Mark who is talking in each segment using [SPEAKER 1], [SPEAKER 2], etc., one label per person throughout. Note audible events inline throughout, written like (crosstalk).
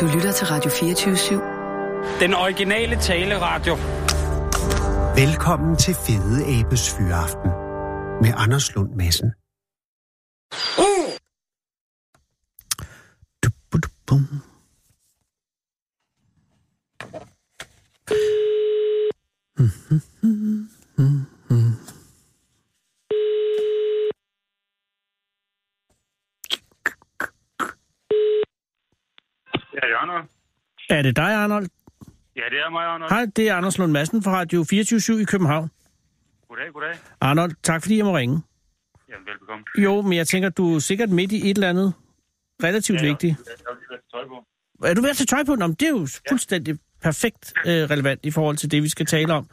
[SPEAKER 1] Du lytter til Radio 24
[SPEAKER 2] Den originale taleradio.
[SPEAKER 3] Velkommen til Fede Abes Fyraften med Anders Lund Madsen. Dubudubum.
[SPEAKER 4] Ja, det er Arnold.
[SPEAKER 5] Er det dig, Arnold?
[SPEAKER 4] Ja, det er mig, Arnold.
[SPEAKER 5] Hej, det er Anders Lund Madsen fra Radio 24 i København.
[SPEAKER 4] Goddag, goddag.
[SPEAKER 5] Arnold, tak fordi jeg må ringe.
[SPEAKER 4] Jamen, velbekomme.
[SPEAKER 5] Jo, men jeg tænker, du er sikkert midt i et eller andet relativt ja, vigtigt.
[SPEAKER 4] Jeg har lige været til tøj på.
[SPEAKER 5] Er du ved at tage tøj på? Nå, men det er jo fuldstændig perfekt øh, relevant i forhold til det, vi skal tale om.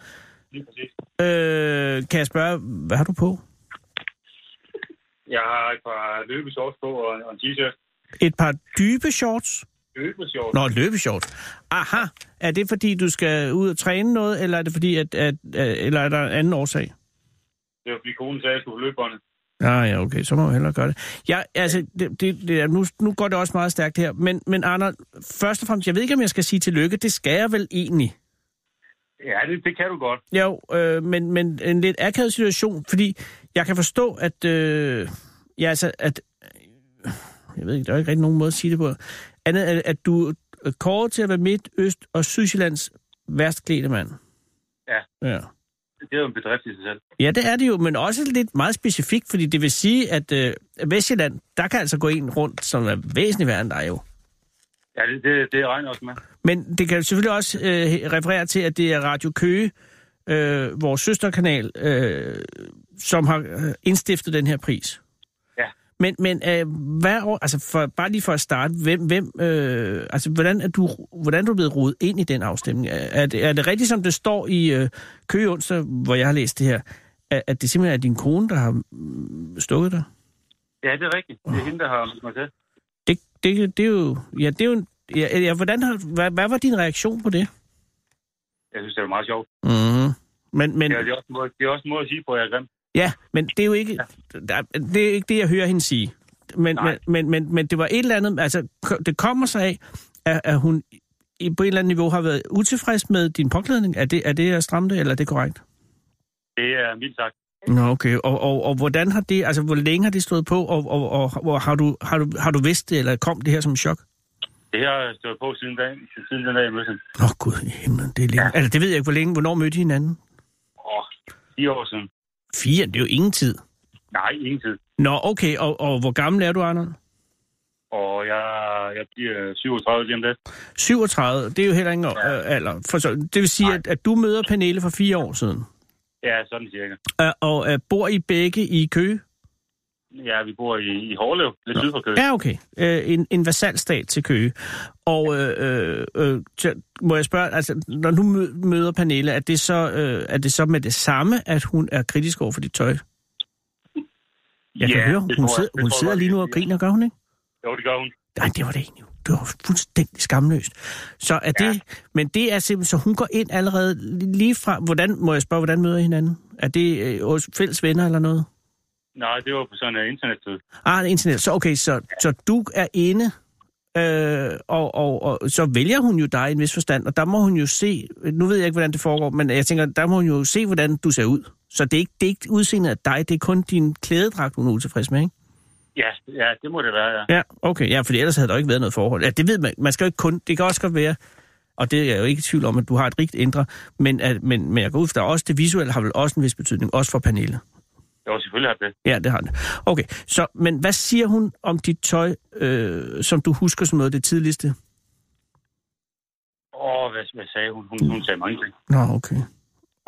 [SPEAKER 4] Lige præcis.
[SPEAKER 5] Øh, kan jeg spørge, hvad har du på?
[SPEAKER 4] Jeg har et par løbeshorts på og, og en t-shirt.
[SPEAKER 5] Et par dybe shorts?
[SPEAKER 4] Løbeshorts?
[SPEAKER 5] Nå, løbeshorts. Aha, er det fordi, du skal ud og træne noget, eller er det fordi, at, at, at eller er der en anden årsag?
[SPEAKER 4] Det var fordi konen sagde, at jeg skulle på løbebåndet.
[SPEAKER 5] Ja, Ah, ja, okay, så må vi hellere gøre det. Ja, altså, det, det, det, er- nu, nu går det også meget stærkt her, men, men Arnold, først og fremmest, jeg ved ikke, om jeg skal sige tillykke, det skal jeg vel egentlig.
[SPEAKER 4] Ja, det, det kan du godt.
[SPEAKER 5] Jo, øh, men, men en lidt akavet situation, fordi jeg kan forstå, at, øh, ja, altså, at, jeg ved ikke, der er ikke rigtig nogen måde at sige det på, andet at, at du er kåret til at være midt, øst og sydsjællands værst klædte mand.
[SPEAKER 4] Ja.
[SPEAKER 5] Ja.
[SPEAKER 4] Det er jo en bedrift i sig selv.
[SPEAKER 5] Ja, det er det jo, men også lidt meget specifikt, fordi det vil sige, at øh, Vestjylland, der kan altså gå en rundt, som er væsentligt værre end dig jo.
[SPEAKER 4] Ja, det, det, det regner jeg også med.
[SPEAKER 5] Men det kan jo selvfølgelig også øh, referere til, at det er Radio Køge, øh, vores søsterkanal, øh, som har øh, indstiftet den her pris.
[SPEAKER 4] Ja.
[SPEAKER 5] Men, men øh, hvad, år- altså for, bare lige for at starte, hvem, hvem, øh, altså, hvordan, er du, hvordan er du blevet rodet ind i den afstemning? Er, er, det, er det rigtigt, som det står i øh, Køge onsdag, hvor jeg har læst det her, at, at det simpelthen er din kone, der har mm, stukket dig?
[SPEAKER 4] Ja, det er rigtigt. Det er hende, der har meldt mig til.
[SPEAKER 5] Det, det, det er jo... Ja, det er jo en, ja, ja, hvordan har, hvad, hvad var din reaktion på det?
[SPEAKER 4] Jeg synes, det er meget sjovt.
[SPEAKER 5] Mm. Men, men,
[SPEAKER 4] Ja, det, er også en måde, det er også en måde at sige på, at jeg er grim.
[SPEAKER 5] Ja, men det er jo ikke, der, det, er ikke det, jeg hører hende sige. Men, men,
[SPEAKER 4] Nej.
[SPEAKER 5] men, men, men det var et eller andet... Altså, k- det kommer sig af, at, at hun i- på et eller andet niveau har været utilfreds med din påklædning. Er det, er det at stramme det, eller er det korrekt?
[SPEAKER 4] Det er mildt sagt.
[SPEAKER 5] Nå, okay. Og, og, og hvordan har det... Altså, hvor længe har det stået på, og, og, og, og har, du, har, du, har du vidst det, eller kom det her som et chok?
[SPEAKER 4] Det her har stået på siden, dag, siden den dag, jeg mødte hende.
[SPEAKER 5] Nå, gud i himlen, det er længe. Ja. Altså, det ved jeg ikke, hvor længe. Hvornår mødte I hinanden?
[SPEAKER 4] Åh, 10 år siden.
[SPEAKER 5] Fire, det er jo ingen tid.
[SPEAKER 4] Nej, ingen tid.
[SPEAKER 5] Nå, okay, og, og hvor gammel er du, Arnold?
[SPEAKER 4] Og jeg, jeg bliver 37 lige om lidt.
[SPEAKER 5] 37, det er jo heller ingen ja. øh, alder. For så, det vil sige,
[SPEAKER 4] Nej.
[SPEAKER 5] at, at du møder Pernille for fire år siden,
[SPEAKER 4] Ja, sådan cirka.
[SPEAKER 5] øh, og øh, bor I begge i Køge?
[SPEAKER 4] Mm. Ja, vi bor i, i Hårlev, lidt syd for Køge.
[SPEAKER 5] Ja, okay. Øh, en, en vasalstat til Køge. Og øh, øh, øh, til- må jeg spørge, altså, når du mø- møder Pernille, er det, så, øh, er det så med det samme, at hun er kritisk over for dit tøj? Jeg kan høre, hun,
[SPEAKER 4] det
[SPEAKER 5] hun,
[SPEAKER 4] tror jeg-
[SPEAKER 5] sidder,
[SPEAKER 4] det
[SPEAKER 5] hun
[SPEAKER 4] tror jeg
[SPEAKER 5] sidder
[SPEAKER 4] godt,
[SPEAKER 5] lige nu
[SPEAKER 4] jeg
[SPEAKER 5] og
[SPEAKER 4] siger.
[SPEAKER 5] griner, gør hun ikke?
[SPEAKER 4] Jo, det gør hun.
[SPEAKER 5] Nej, det var det egentlig. Det var fuldstændig skamløst. Så er det, ja. men det er simpelthen, så hun går ind allerede li- lige fra, hvordan, må jeg spørge, hvordan møder I hinanden? Er det øh, hos fælles venner eller noget?
[SPEAKER 4] Nej, det var på sådan en internettud.
[SPEAKER 5] Ah, internet. Så okay, så, så du er inde, øh, og, og, og, så vælger hun jo dig i en vis forstand, og der må hun jo se, nu ved jeg ikke, hvordan det foregår, men jeg tænker, der må hun jo se, hvordan du ser ud. Så det er ikke, det er ikke udseendet af dig, det er kun din klædedragt, hun er utilfreds med, ikke?
[SPEAKER 4] Ja, ja, det må det være, ja.
[SPEAKER 5] Ja, okay. Ja, fordi ellers havde der jo ikke været noget forhold. Ja, det ved man. Man skal jo ikke kun... Det kan også godt være, og det er jeg jo ikke i tvivl om, at du har et rigt indre, men, at, men, men jeg går ud fra, at også det visuelle har vel også en vis betydning, også for Pernille.
[SPEAKER 4] Jo, selvfølgelig har det.
[SPEAKER 5] Ja, det har den. Okay, så, men hvad siger hun om dit tøj, øh, som du husker som noget af det tidligste?
[SPEAKER 4] Åh, hvad, hvad sagde hun? Hun, hun sagde mange ting.
[SPEAKER 5] Nå, okay.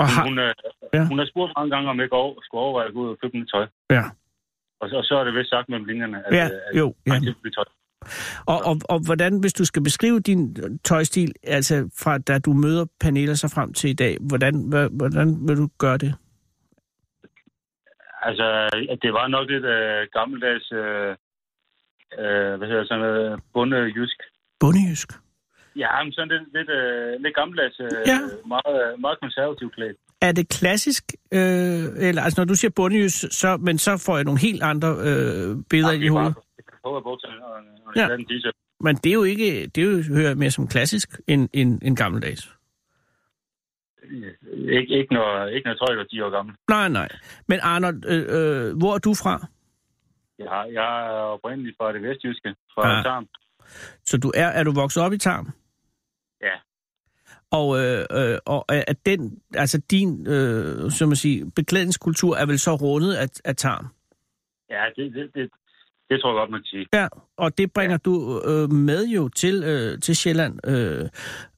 [SPEAKER 5] Og
[SPEAKER 4] Hun,
[SPEAKER 5] har,
[SPEAKER 4] hun, øh,
[SPEAKER 5] Ja.
[SPEAKER 4] hun har spurgt mange gange, om jeg ikke over, skulle overveje at gå ud og købe nyt tøj.
[SPEAKER 5] ja,
[SPEAKER 4] Og så, og så er det vist sagt mellem linjerne, at,
[SPEAKER 5] ja,
[SPEAKER 4] øh, at
[SPEAKER 5] jo. Ja.
[SPEAKER 4] jeg købte nyt tøj.
[SPEAKER 5] Og, og, og hvordan, hvis du skal beskrive din tøjstil, altså fra da du møder Pernille så frem til i dag, hvordan, hva- hvordan vil du gøre det?
[SPEAKER 4] Altså, at det var nok lidt øh, gammeldags, øh, øh, hvad hedder det, sådan noget, bundejysk.
[SPEAKER 5] Bundejysk?
[SPEAKER 4] Ja, men sådan lidt, lidt, øh, lidt gammeldags, øh,
[SPEAKER 5] Ja.
[SPEAKER 4] ja. meget, meget konservativ klædt.
[SPEAKER 5] er det klassisk, øh, eller altså når du siger bundejys, så, men så får jeg nogle helt andre øh, billeder
[SPEAKER 4] Ja,
[SPEAKER 5] i
[SPEAKER 4] det er bare
[SPEAKER 5] hovedet.
[SPEAKER 4] på- på bukserne og en- og en
[SPEAKER 5] Ja.
[SPEAKER 4] glatten t-shirt.
[SPEAKER 5] Men det er jo ikke, det er jo, hører jeg mere som klassisk end, end, end gammeldags.
[SPEAKER 4] Ikke, ikke, når, ikke når tøj var 10 år gammel.
[SPEAKER 5] Nej, nej. Men Arnold, øh, øh, hvor er du fra?
[SPEAKER 4] Jeg, har, jeg er oprindeligt fra det vestjyske, fra
[SPEAKER 5] Ah.
[SPEAKER 4] ja. Tarm.
[SPEAKER 5] Så du er, er du vokset op i Tarm?
[SPEAKER 4] Ja.
[SPEAKER 5] Og, øh, øh, og er er den, altså din, øh, som man siger, beklædningskultur er vel så rundet af, af Tarm?
[SPEAKER 4] Ja, det, det, det, det tror jeg godt, man kan sige.
[SPEAKER 5] Ja, og det bringer du øh, med jo til, øh, til Sjælland. Øh,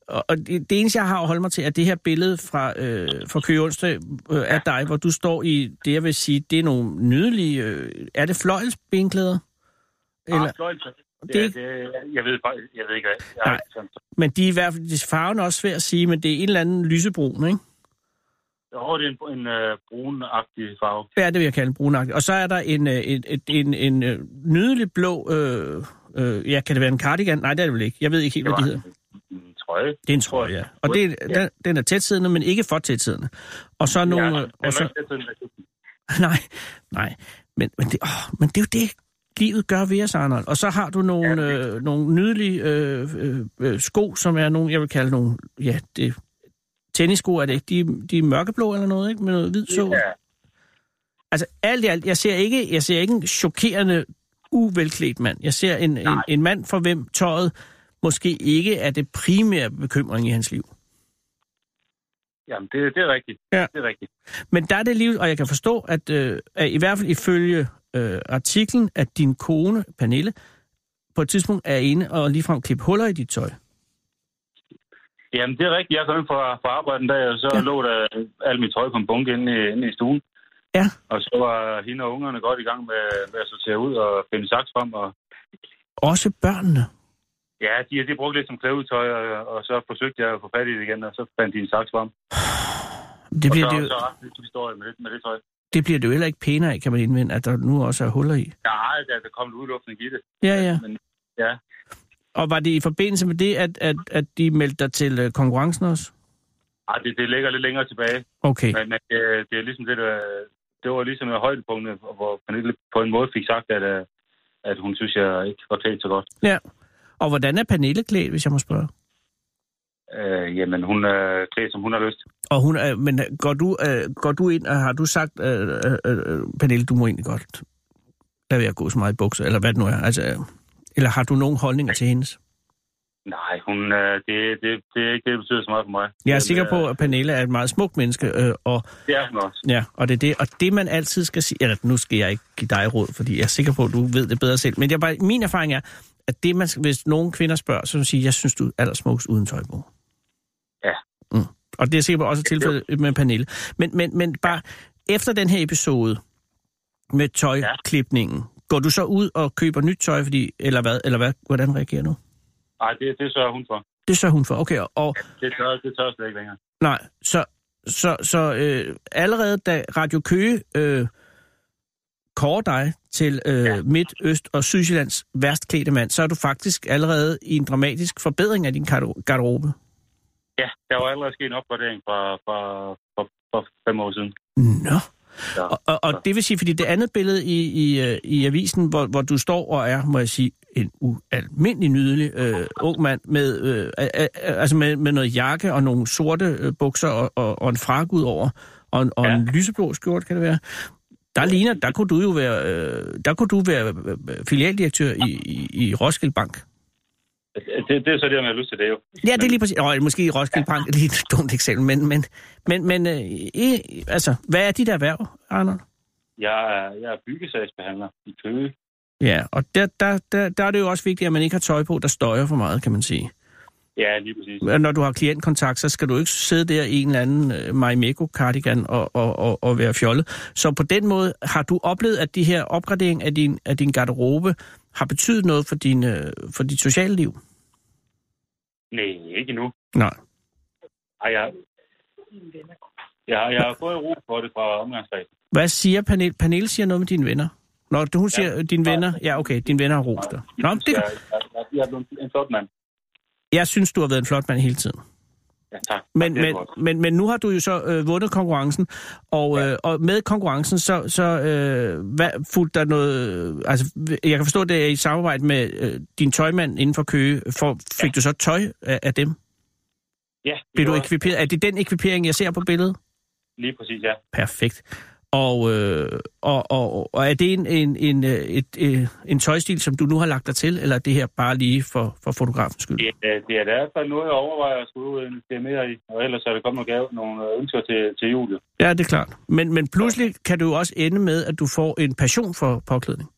[SPEAKER 5] og og det, det eneste, jeg har at holde mig til, er det her billede fra, øh, fra Køge Onsdag øh, af dig, hvor du står i det, jeg vil sige, det er nogle nydelige... Øh, er det fløjelsbenklæder? Eller,
[SPEAKER 4] Ah, fløjlser.
[SPEAKER 5] Det
[SPEAKER 4] det,
[SPEAKER 5] er
[SPEAKER 4] det,
[SPEAKER 5] ikke-
[SPEAKER 4] det, jeg ved faktisk, jeg ved ikke, hvad jeg
[SPEAKER 5] Nej.
[SPEAKER 4] har sådan,
[SPEAKER 5] men de er i hvert fald, de- farven er også svær at sige, men det er en eller anden lysebrun, ikke?
[SPEAKER 4] Jo, det er en, en øh, brunagtig farve.
[SPEAKER 5] Hvad er det, vil jeg kalde brunagtig? Og så er der en, øh, en, en, en, en øh, nydelig blå... Øh, øh, ja, kan det være en cardigan? Nej, det er det vel ikke. Jeg ved ikke helt, hvad de
[SPEAKER 4] var
[SPEAKER 5] hedder.
[SPEAKER 4] en- En trøje.
[SPEAKER 5] Det er en trøje, ja. Og det, er- den, den er tætsiddende, men ikke for tætsiddende. Og så er nogle...
[SPEAKER 4] ja,
[SPEAKER 5] øh, og så,
[SPEAKER 4] så...
[SPEAKER 5] (laughs) nej, nej. Men, men, det, åh, men det er jo det, livet gør ved os, Arnold. Og så har du nogle,
[SPEAKER 4] Ja, det
[SPEAKER 5] øh, nogle nydelige øh, øh, øh, sko, som er nogle, jeg vil kalde nogle... Ja, det, tennissko er det ikke. De, er- de er mørkeblå eller noget, ikke? Med noget hvid så.
[SPEAKER 4] Ja,
[SPEAKER 5] Altså alt i alt, jeg ser ikke, jeg ser ikke en chokerende uvelklædt mand. Jeg ser en, en, en mand, for hvem tøjet måske ikke er det primære bekymring i hans liv.
[SPEAKER 4] jamen, det, det er rigtigt.
[SPEAKER 5] Ja.
[SPEAKER 4] Det er rigtigt.
[SPEAKER 5] Men der er det liv, og jeg kan forstå, at, øh, at i hvert fald ifølge øh, artiklen, at din kone, Pernille, på et tidspunkt er inde og ligefrem klippe huller i dit tøj.
[SPEAKER 4] Jamen, det er rigtigt. Jeg kom ind fra, fra arbejde en dag, og så
[SPEAKER 5] Ja.
[SPEAKER 4] ja. lå der alt mit tøj på en bunke inde i, inde i stuen.
[SPEAKER 5] Ja.
[SPEAKER 4] Og så var hende og ungerne godt i gang med, med at sortere ud og finde saks frem. Og,
[SPEAKER 5] Også børnene.
[SPEAKER 4] ja, de, de brugte lidt som klædetøj, og, og så forsøgte jeg at få fat i det igen, og så fandt de en saks frem.
[SPEAKER 5] Det
[SPEAKER 4] Og
[SPEAKER 5] bliver,
[SPEAKER 4] så,
[SPEAKER 5] det,
[SPEAKER 4] så
[SPEAKER 5] jo,
[SPEAKER 4] er det en historie med, det- med det tøj.
[SPEAKER 5] det bliver det jo heller ikke pænere af, kan man indvende, at der nu også er huller i.
[SPEAKER 4] Nej, der, der kom en udluftning i det.
[SPEAKER 5] Ja, ja.
[SPEAKER 4] Men ja,
[SPEAKER 5] Og var det i forbindelse med det, at, at, at de meldte dig til øh, konkurrencen også?
[SPEAKER 4] Ej, det, det ligger lidt længere tilbage.
[SPEAKER 5] Okay.
[SPEAKER 4] Men, men det, det er ligesom det, der, det var ligesom et højdepunkt, hvor Pernille på en måde fik sagt, at, øh, at hun synes, jeg ikke var klædt så godt.
[SPEAKER 5] Ja. Og hvordan er Pernille klædt, hvis jeg må spørge?
[SPEAKER 4] Øh, jamen, hun er klædt, som hun har lyst.
[SPEAKER 5] Og hun, øh, men øh, går du, øh, går du ind, og har du sagt, øh, øh, øh, Pernille, du må egentlig godt lade være at gå så meget i bukser, eller hvad det nu er, altså, øh, eller har du nogen holdninger til hendes?
[SPEAKER 4] Nej, hun, øh, det, det, det er ikke det, der betyder så meget for mig.
[SPEAKER 5] Jeg er
[SPEAKER 4] Men,
[SPEAKER 5] sikker på,
[SPEAKER 4] øh,
[SPEAKER 5] at Pernille er et meget smukt menneske, øh, og,
[SPEAKER 4] Det er hun også.
[SPEAKER 5] ja, og det er det, og det man altid skal sige, eller nu skal jeg ikke give dig råd, fordi jeg er sikker på, at du ved det bedre selv, men jeg, bare, min erfaring er, at det man, skal- hvis nogen kvinder spørger, så vil de sige, jeg synes, du er allersmukkest uden tøj på.
[SPEAKER 4] Ja.
[SPEAKER 5] Mm. Og det er sikkert også tilfældet med Pernille. Men, men, men bare efter den her episode med tøjklipningen, går du så ud og køber nyt tøj, fordi, eller hvad, eller hvad, hvordan reagerer du?
[SPEAKER 4] Nej, det, det sørger hun for.
[SPEAKER 5] Det sørger hun for. Okay, og
[SPEAKER 4] Det tør, det tør jeg slet ikke længere.
[SPEAKER 5] nej, så, så, så øh, allerede da Radio Køge øh, kårer dig til øh, ja. Midt, Øst og Sydsjællands værst klædte mand, så er du faktisk allerede i en dramatisk forbedring af din garder- garderobe.
[SPEAKER 4] Ja, der var allerede sket en opgradering fra, fra, fra, fra fem år siden.
[SPEAKER 5] Nå.
[SPEAKER 4] Ja.
[SPEAKER 5] Og, og, og det vil sige, fordi det andet billede i, i, øh, i avisen, hvor, hvor du står og er, må jeg sige, en ualmindelig nydelig øh, ung mand med, øh, a- a- altså med, med noget jakke og nogle sorte øh, bukser og, og, og en frak ud over, og, en- og ja. en lyseblå skjort, kan det være. Der ligner, der kunne du jo være, øh, der kunne du være øh, øh, filialdirektør i, i, i Roskilde Bank.
[SPEAKER 4] Det, det er så det, man har lyst til, det er jo.
[SPEAKER 5] Ja, det er lige præcis. Nå, måske i Roskilde Bank er lige et dumt eksempel, men, men, men, men øh, i, altså, hvad er dit erhverv, Arnold?
[SPEAKER 4] Jeg er, jeg er byggesagsbehandler i Køge.
[SPEAKER 5] Ja, og der, der, der, der er det jo også vigtigt, at man ikke har tøj på, der støjer for meget, kan man sige.
[SPEAKER 4] Ja, lige præcis.
[SPEAKER 5] Og Når du har klientkontakt, så skal du ikke sidde der i en eller anden øh, Marimekko cardigan og, og, og, og være fjollet. Så på den måde har du oplevet, at de her opgradering af din, af din garderobe har betydet noget for, din, øh, for dit sociale liv?
[SPEAKER 4] Nej, ikke endnu.
[SPEAKER 5] Nej.
[SPEAKER 4] Ej, jeg, jeg, jeg har fået ro på det fra omgangskredsen.
[SPEAKER 5] Hvad siger Pernille? Pernille siger noget med dine venner. Nå, hun siger, ja. dine venner... Ja, okay, dine venner har rost dig. Nå, men det,
[SPEAKER 4] Jeg, jeg, jeg er blevet en flot mand.
[SPEAKER 5] jeg synes, du har været en flot mand hele tiden.
[SPEAKER 4] Ja, tak.
[SPEAKER 5] Men,
[SPEAKER 4] Det er
[SPEAKER 5] men,
[SPEAKER 4] godt.
[SPEAKER 5] men, men nu har du jo så øh, vundet konkurrencen, og, øh, og med konkurrencen, så, så øh, hvad, fulgte der noget... Altså, jeg kan forstå, det er i samarbejde med øh, din tøjmand inden for Køge. For, fik ja. du så tøj af, af dem?
[SPEAKER 4] Ja, det
[SPEAKER 5] Blev du
[SPEAKER 4] gjorde jeg.
[SPEAKER 5] ekviperet? Er det den ekvipering, jeg ser på billedet?
[SPEAKER 4] Lige præcis, ja.
[SPEAKER 5] Perfekt. Og, øh, og, og, og er det en, en, en, øh, et, øh, en tøjstil, som du nu har lagt dig til, eller er det her bare lige for, for fotografens skyld?
[SPEAKER 4] Det, er- det er da i hvert fald noget, jeg overvejer at skulle ud og investere mere i. Og ellers er der kommet nogle, gave, nogle øh, ønsker til, til Julie.
[SPEAKER 5] Ja, det er klart. Men, men pludselig kan du jo også ende med, at du får en passion for påklædning.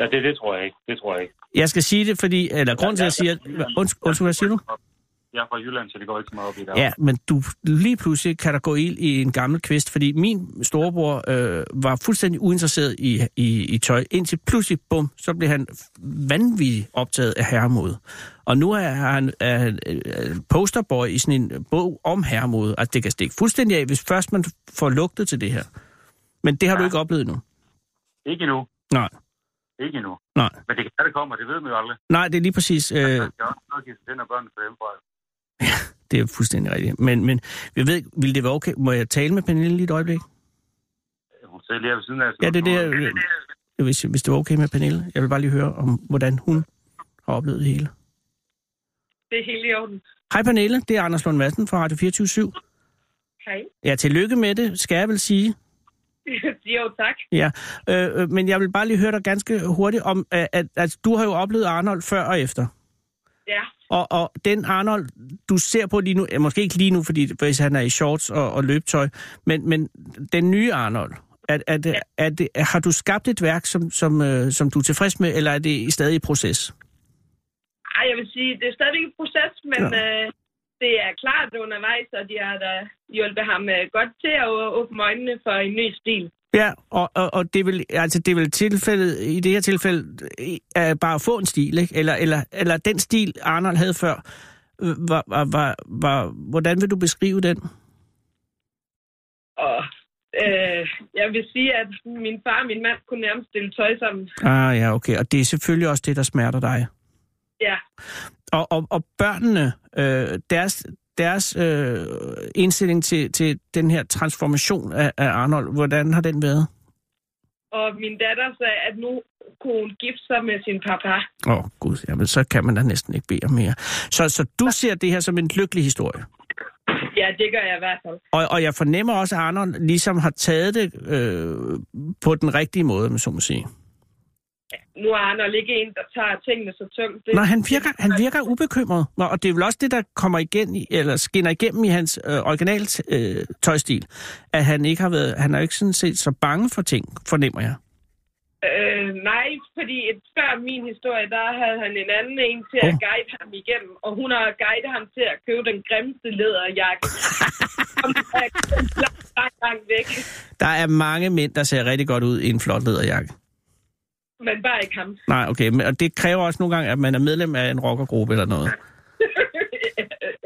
[SPEAKER 4] Ja, det, det tror jeg ikke. Det tror jeg ikke.
[SPEAKER 5] Jeg skal sige det, fordi... Eller grund til, at jeg siger... Unds, undskyld, hvad siger du?
[SPEAKER 4] Jeg er fra Jylland, så det går ikke så meget op i det.
[SPEAKER 5] Ja, men du lige pludselig kan der gå ild i en gammel kvist, fordi min storebror øh, var fuldstændig uinteresseret i, i, i tøj, indtil pludselig, bum, så blev han vanvittigt optaget af herremode. Og nu er han er, han, øh, posterboy i sådan en bog om herremode, at det kan stikke fuldstændig af, hvis først man får lugtet til det her. Men det har ja. du ikke oplevet nu.
[SPEAKER 4] Ikke endnu.
[SPEAKER 5] Nej,
[SPEAKER 4] Ikke endnu.
[SPEAKER 5] nej.
[SPEAKER 4] Men det kan være, det kommer. Det ved man jo aldrig.
[SPEAKER 5] Nej, det er lige præcis...
[SPEAKER 4] Øh.
[SPEAKER 5] Øh,
[SPEAKER 4] Jeg har også noget at give til den og børnene for hjemmefra.
[SPEAKER 5] det er fuldstændig rigtigt. Men, men jeg ved ikke, ville det være okay... Må jeg tale med Pernille lige et øjeblik?
[SPEAKER 4] øh, Hun sidder lige her ved siden af. så
[SPEAKER 5] Ja, det er det,
[SPEAKER 4] hun-
[SPEAKER 5] jeg- hvis, hvis det var okay med Pernille. Jeg vil bare lige høre om, hvordan hun har oplevet det hele.
[SPEAKER 6] Det er helt i orden.
[SPEAKER 5] Hej Pernille, det er Anders Lund Madsen fra Radio 24
[SPEAKER 6] Hej. (laughs)
[SPEAKER 5] Ja, tillykke med det, skal jeg vel sige.
[SPEAKER 6] jo, tak.
[SPEAKER 5] Ja, øh, øh, men jeg vil bare lige høre dig ganske hurtigt om, at, at, at du har jo oplevet Arnold før og efter.
[SPEAKER 6] Ja,
[SPEAKER 5] Og, og den Arnold, du ser på lige nu, eh, måske ikke lige nu, fordi hvis han er i shorts og, og løbetøj, men, men den nye Arnold, at, at, at, at, har du skabt et værk, som, som, øh, som du er tilfreds med, eller er det stadig i proces?
[SPEAKER 6] Ej, jeg vil sige, det er stadigvæk en proces, men
[SPEAKER 5] Ja.
[SPEAKER 6] ja. øh, det er klart undervejs, og de har da hjulpet ham øh, godt til at å- åbne øjnene for en ny stil.
[SPEAKER 5] Ja, og, og, og det, er vel, altså det er vel tilfældet, i det her tilfælde, øh, er bare at få en stil, ikke? Eller, eller, eller den stil, Arnold havde før, øh, var, var, var, var, hvordan vil du beskrive den?
[SPEAKER 6] Og øh, jeg vil sige, at min far og min mand kunne nærmest stille tøj sammen.
[SPEAKER 5] Ah ja, okay, og det er selvfølgelig også det, der smerter dig.
[SPEAKER 6] Ja,
[SPEAKER 5] Og, og, og børnene, øh, deres, deres øh, indstilling til, til den her transformation af, af Arnold, hvordan har den været?
[SPEAKER 6] og min datter sagde, at nu kunne hun gifte sig med sin papa.
[SPEAKER 5] Åh oh, gud, jamen så kan man da næsten ikke bede om mere. Så, så du ser det her som en lykkelig historie?
[SPEAKER 6] Ja, det gør jeg i hvert fald.
[SPEAKER 5] Og, og jeg fornemmer også, at Arnold ligesom har taget det øh, på den rigtige måde, om jeg så må sige.
[SPEAKER 6] Nu er Arnold ikke en, der tager tingene så tungt. Det,
[SPEAKER 5] Nå, han virker, han virker ubekymret, Nå, og det er vel også det, der kommer igen i, eller skinner igennem i hans øh, original øh, tøjstil, at han ikke har været, han er jo ikke sådan set så bange for ting, fornemmer jeg.
[SPEAKER 6] Øh, nej, fordi et, før min historie, der havde han en anden en til at
[SPEAKER 5] Åh.
[SPEAKER 6] guide ham igennem, og hun har guidet ham til at købe den grimmeste
[SPEAKER 5] (laughs)
[SPEAKER 6] læderjakke. Som er langt, langt, langt væk,
[SPEAKER 5] Der er mange mænd, der ser rigtig godt ud i en flot læderjakke.
[SPEAKER 6] men bare ikke ham. (laughs)
[SPEAKER 5] Nej, okay, men, og det kræver også nogle gange, at man er medlem af en rockergruppe eller noget.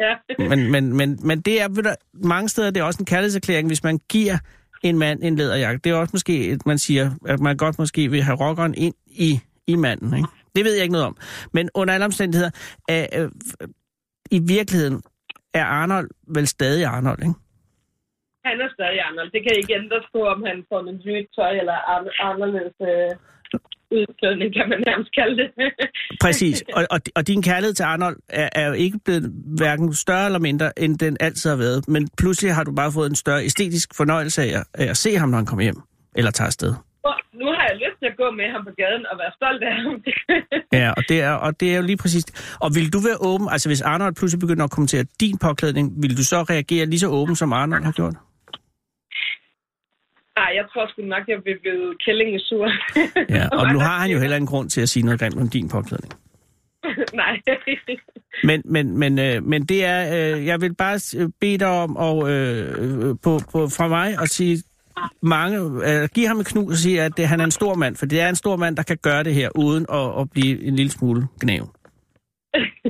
[SPEAKER 6] ja.
[SPEAKER 5] Men, men, men, men det er, ved du, mange steder, det er også en kærlighedserklæring, hvis man giver en mand en læderjakke. Det er også måske, at man siger, at man godt måske vil have rockeren ind i, i manden. Ikke? Det ved jeg ikke noget om. Men under alle omstændigheder, øh, øh, i virkeligheden er Arnold vel stadig Arnold, ikke?
[SPEAKER 6] Han er stadig Arnold. Det kan ikke ændres på, om han får noget nyt tøj eller an- anderledes øh, udklædning, kan man nærmest kalde det. (laughs)
[SPEAKER 5] Præcis. Og, og, og din kærlighed til Arnold er, er jo ikke blevet hverken større eller mindre, end den altid har været. Men pludselig har du bare fået en større æstetisk fornøjelse af at, af at se ham, når han kommer hjem. Eller tager afsted.
[SPEAKER 6] Og nu har jeg lyst til at gå med ham på gaden og være stolt af ham. (laughs)
[SPEAKER 5] Ja, og det er, og det er jo lige præcis... Og vil du være åben, altså hvis Arnold pludselig begynder at kommentere din påklædning, vil du så reagere lige så åben, som Arnold har gjort?
[SPEAKER 6] Nej, jeg tror sgu nok, jeg vil blive kællingesur. (laughs)
[SPEAKER 5] Ja, og nu har han jo heller ingen grund til at sige noget grimt om din påklædning.
[SPEAKER 7] (laughs)
[SPEAKER 6] Nej.
[SPEAKER 5] Men, men, men, øh, men det er, øh, jeg vil bare s- bede dig om og, øh, øh, på, på, fra mig at sige mange, øh, give ham et knus og sige, at det, han er en stor mand, for det er en stor mand, der kan gøre det her, uden at, at blive en lille smule gnæv.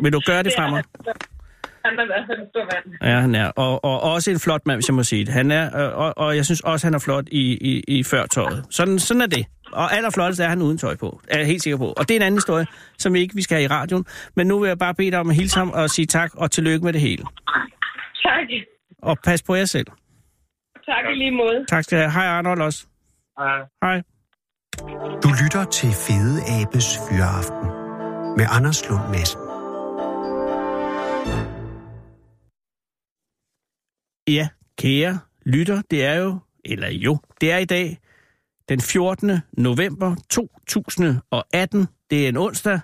[SPEAKER 5] Vil du gøre det fra mig?
[SPEAKER 6] Han har været en stor mand.
[SPEAKER 5] Ja, han er. Og, og også en flot mand, hvis jeg må sige det. Han er, øh, og, og jeg synes også, han er flot i, i, i førtøjet. Sådan, sådan er det. Og allerflottest er at han er uden tøj på, er jeg helt sikker på. Og det er en anden historie, som ikke vi skal have i radioen. Men nu vil jeg bare bede dig om at hilse ham og sige tak og tillykke med det hele.
[SPEAKER 7] Tak.
[SPEAKER 5] Og pas på jer selv.
[SPEAKER 7] Tak i lige måde.
[SPEAKER 5] Tak skal jeg have. Hej Arnold også.
[SPEAKER 4] Hej.
[SPEAKER 5] Hej.
[SPEAKER 3] Du lytter til Fede Abes Fyraften med Anders Lund Madsen.
[SPEAKER 5] Ja, kære lytter, det er jo, eller jo, det er i dag den 14. november 2018. Det er en onsdag,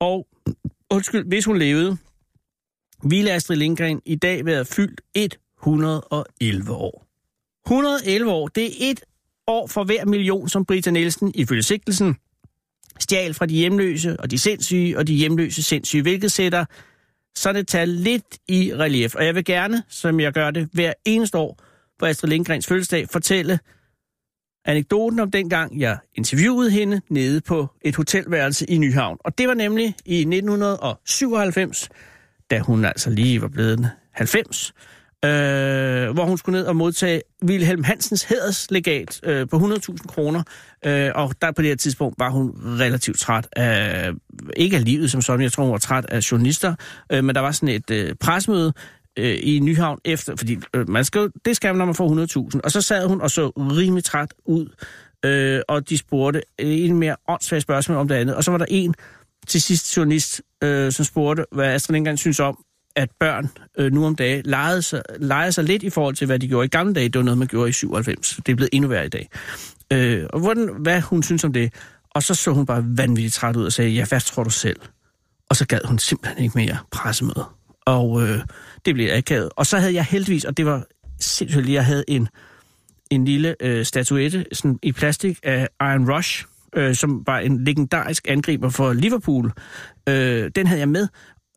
[SPEAKER 5] og undskyld, hvis hun levede, ville Astrid Lindgren i dag være fyldt 111 år. 111 år, det er et år for hver million, som Brita Nielsen ifølge sigtelsen stjal fra de hjemløse og de sindssyge og de hjemløse sindssyge, hvilket sætter sådan et tal lidt i relief. Og jeg vil gerne, som jeg gør det hver eneste år på Astrid Lindgrens fødselsdag, fortælle anekdoten om dengang, jeg interviewede hende nede på et hotelværelse i Nyhavn. Og det var nemlig i 1997, da hun altså lige var blevet 90, øh, hvor hun skulle ned og modtage Wilhelm Hansens hæderslegat øh, på 100.000 kroner. Øh, og der på det her tidspunkt var hun relativt træt af, ikke af livet som sådan, jeg tror hun var træt af journalister, øh, men der var sådan et øh, presmøde, øh, i Nyhavn efter, fordi øh, man skal, jo- det skal man, når man får 100.000. Og så sad hun og så rimelig træt ud, øh, og de spurgte en mere åndssvagt spørgsmål om det andet. Og så var der en til sidst journalist, øh, som spurgte, hvad Astrid Lindgren synes om, at børn øh, nu om dagen leger sig, leger sig lidt i forhold til, hvad de gjorde i gamle dage. Det var noget, man gjorde i 97. Det er blevet endnu værre i dag. Øh, og hvordan, hvad hun synes om det. Og så så hun bare vanvittigt træt ud og sagde, ja, hvad tror du selv? Og så gad hun simpelthen ikke mere pressemøde. Og øh, det blev akavet. Og så havde jeg heldigvis, og det var sindssygt, lige, jeg havde en, en lille øh, statuette sådan i plastik af Iron Rush, øh, som var en legendarisk angriber for Liverpool. Øh, den havde jeg med,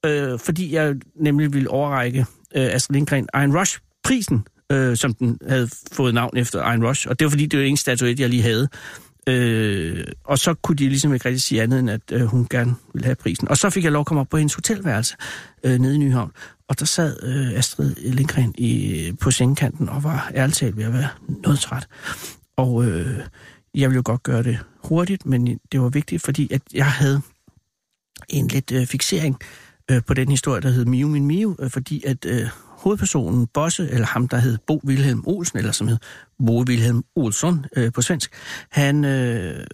[SPEAKER 5] øh, fordi jeg nemlig ville overrække øh, Astrid Lindgren Iron Rush-prisen, øh, som den havde fået navn efter Iron Rush. Og det var fordi, det var en statuette, jeg lige havde. Øh, og så kunne de ligesom ikke rigtig sige andet, end at øh, hun gerne ville have prisen. Og så fik jeg lov at komme op på hendes hotelværelse øh, nede i Nyhavn. Og der sad øh, Astrid Lindgren i, på sengekanten og var ærligt talt ved at være noget træt. Og øh, jeg ville jo godt gøre det hurtigt, men det var vigtigt, fordi at jeg havde en lidt øh, fixering øh, på den historie, der hed Miu Min Miu, øh, fordi at øh, hovedpersonen Bosse, eller ham, der hed Bo Wilhelm Olsen, eller som hed Bo Wilhelm Olsson øh, på svensk, han, øh,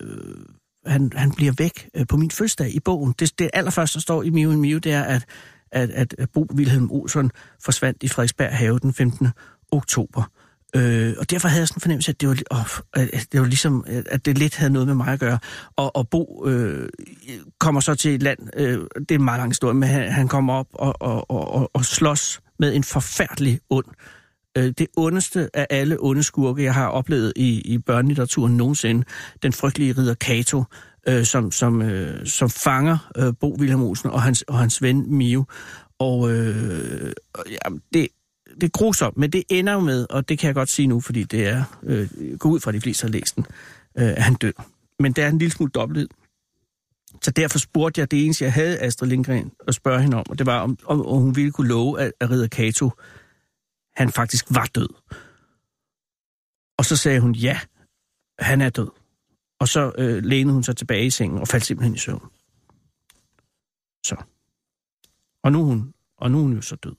[SPEAKER 5] han, han bliver væk øh, på min fødselsdag i bogen. Det, det allerførste, der står i Miu Min Miu, det er, at, at, at Bo Wilhelm Olsson forsvandt i Frederiksberg have den 15. oktober. Øh, og derfor havde jeg sådan en fornemmelse, at det var, li- åh, at at det var ligesom, at at det lidt havde noget med mig at gøre. Og, og Bo øh, kommer så til et land, øh, det er en meget lang historie, men han, han kommer op og, og, og, og, og slås med en forfærdelig ond. Øh, det ondeste af alle onde skurke, jeg har oplevet i, i børnelitteraturen nogensinde, den frygtelige ridder Kato, øh, som, som, øh, som fanger øh, Bo Wilhelm Olsen og hans, og hans ven Mio. Og øh, og, jamen, det, det er grusomt, men det ender jo med, og det kan jeg godt sige nu, fordi det er, øh, gå ud fra at de fleste har læst den, øh, at han dør. Men der er en lille smule dobbelthed. Så derfor spurgte jeg det eneste, jeg havde Astrid Lindgren at spørge hende om, og det var, om, om om hun ville kunne love, at, at Ridder Kato, han faktisk var død. Og så sagde hun, ja, han er død. Og så øh, lænede hun sig tilbage i sengen og faldt simpelthen i søvn. Så. Og nu er hun, og nu er hun jo så død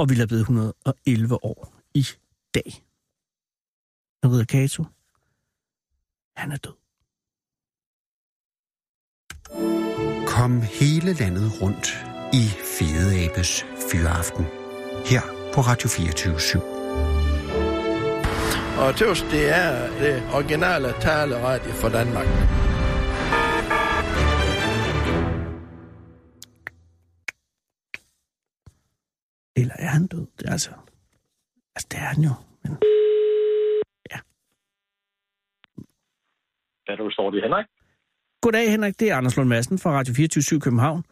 [SPEAKER 5] og ville have blevet 111 år i dag. Men Ridder Kato, han er død.
[SPEAKER 3] Kom hele landet rundt i Fede Abes Fyraften. Her på Radio 24 7.
[SPEAKER 8] Og tøs, det er det originale taleradio for Danmark.
[SPEAKER 5] Eller er han død? Det er altså... Altså, det er han jo. Men... Ja.
[SPEAKER 9] Ja, du står det, Henrik.
[SPEAKER 5] Goddag, Henrik. Det er Anders Lund Madsen fra Radio 24 København.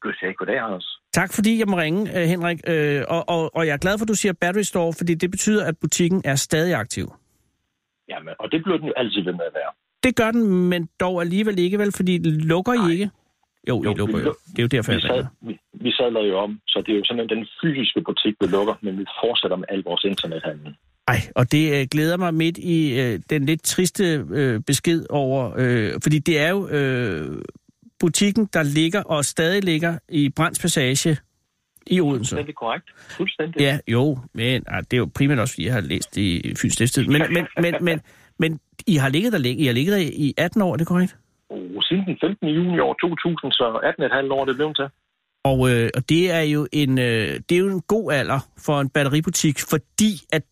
[SPEAKER 9] Goddag, goddag, Anders.
[SPEAKER 5] Tak, fordi jeg må ringe, øh, Henrik. Øh, og, og, og jeg er glad for, at du siger Battery Store, fordi det betyder, at butikken er stadig aktiv.
[SPEAKER 9] Jamen, og det bliver den jo altid ved med at være.
[SPEAKER 5] Det gør den, men dog alligevel ikke, vel? Fordi lukker I ikke? Jo,
[SPEAKER 9] Jo,
[SPEAKER 5] I
[SPEAKER 9] vi
[SPEAKER 5] lukker jo.
[SPEAKER 9] luk-
[SPEAKER 5] Det er jo derfor,
[SPEAKER 9] Vi,
[SPEAKER 5] jeg
[SPEAKER 9] sad,
[SPEAKER 5] ringer.
[SPEAKER 9] vi, vi sadler jo om, så det er jo sådan, at den fysiske butik, vi lukker, men vi fortsætter med al vores internethandel.
[SPEAKER 5] Ej, og det øh, glæder mig midt i øh, den lidt triste øh, besked over, øh, fordi det er jo øh, butikken, der ligger og stadig ligger i Brands Passage i Odense.
[SPEAKER 9] Fuldstændig korrekt. Fuldstændig.
[SPEAKER 5] Ja, jo, men ah, det er jo primært også, fordi jeg har læst i Fyns Stiftstid. Men, men, men, men, men I har ligget der længe. I har ligget der i 18 år, er det korrekt?
[SPEAKER 9] Oh, siden den 15. juni år 2000, så 18,5 år er det blev til.
[SPEAKER 5] Og, øh, og det er jo en øh, det er jo en god alder for en batteributik, fordi at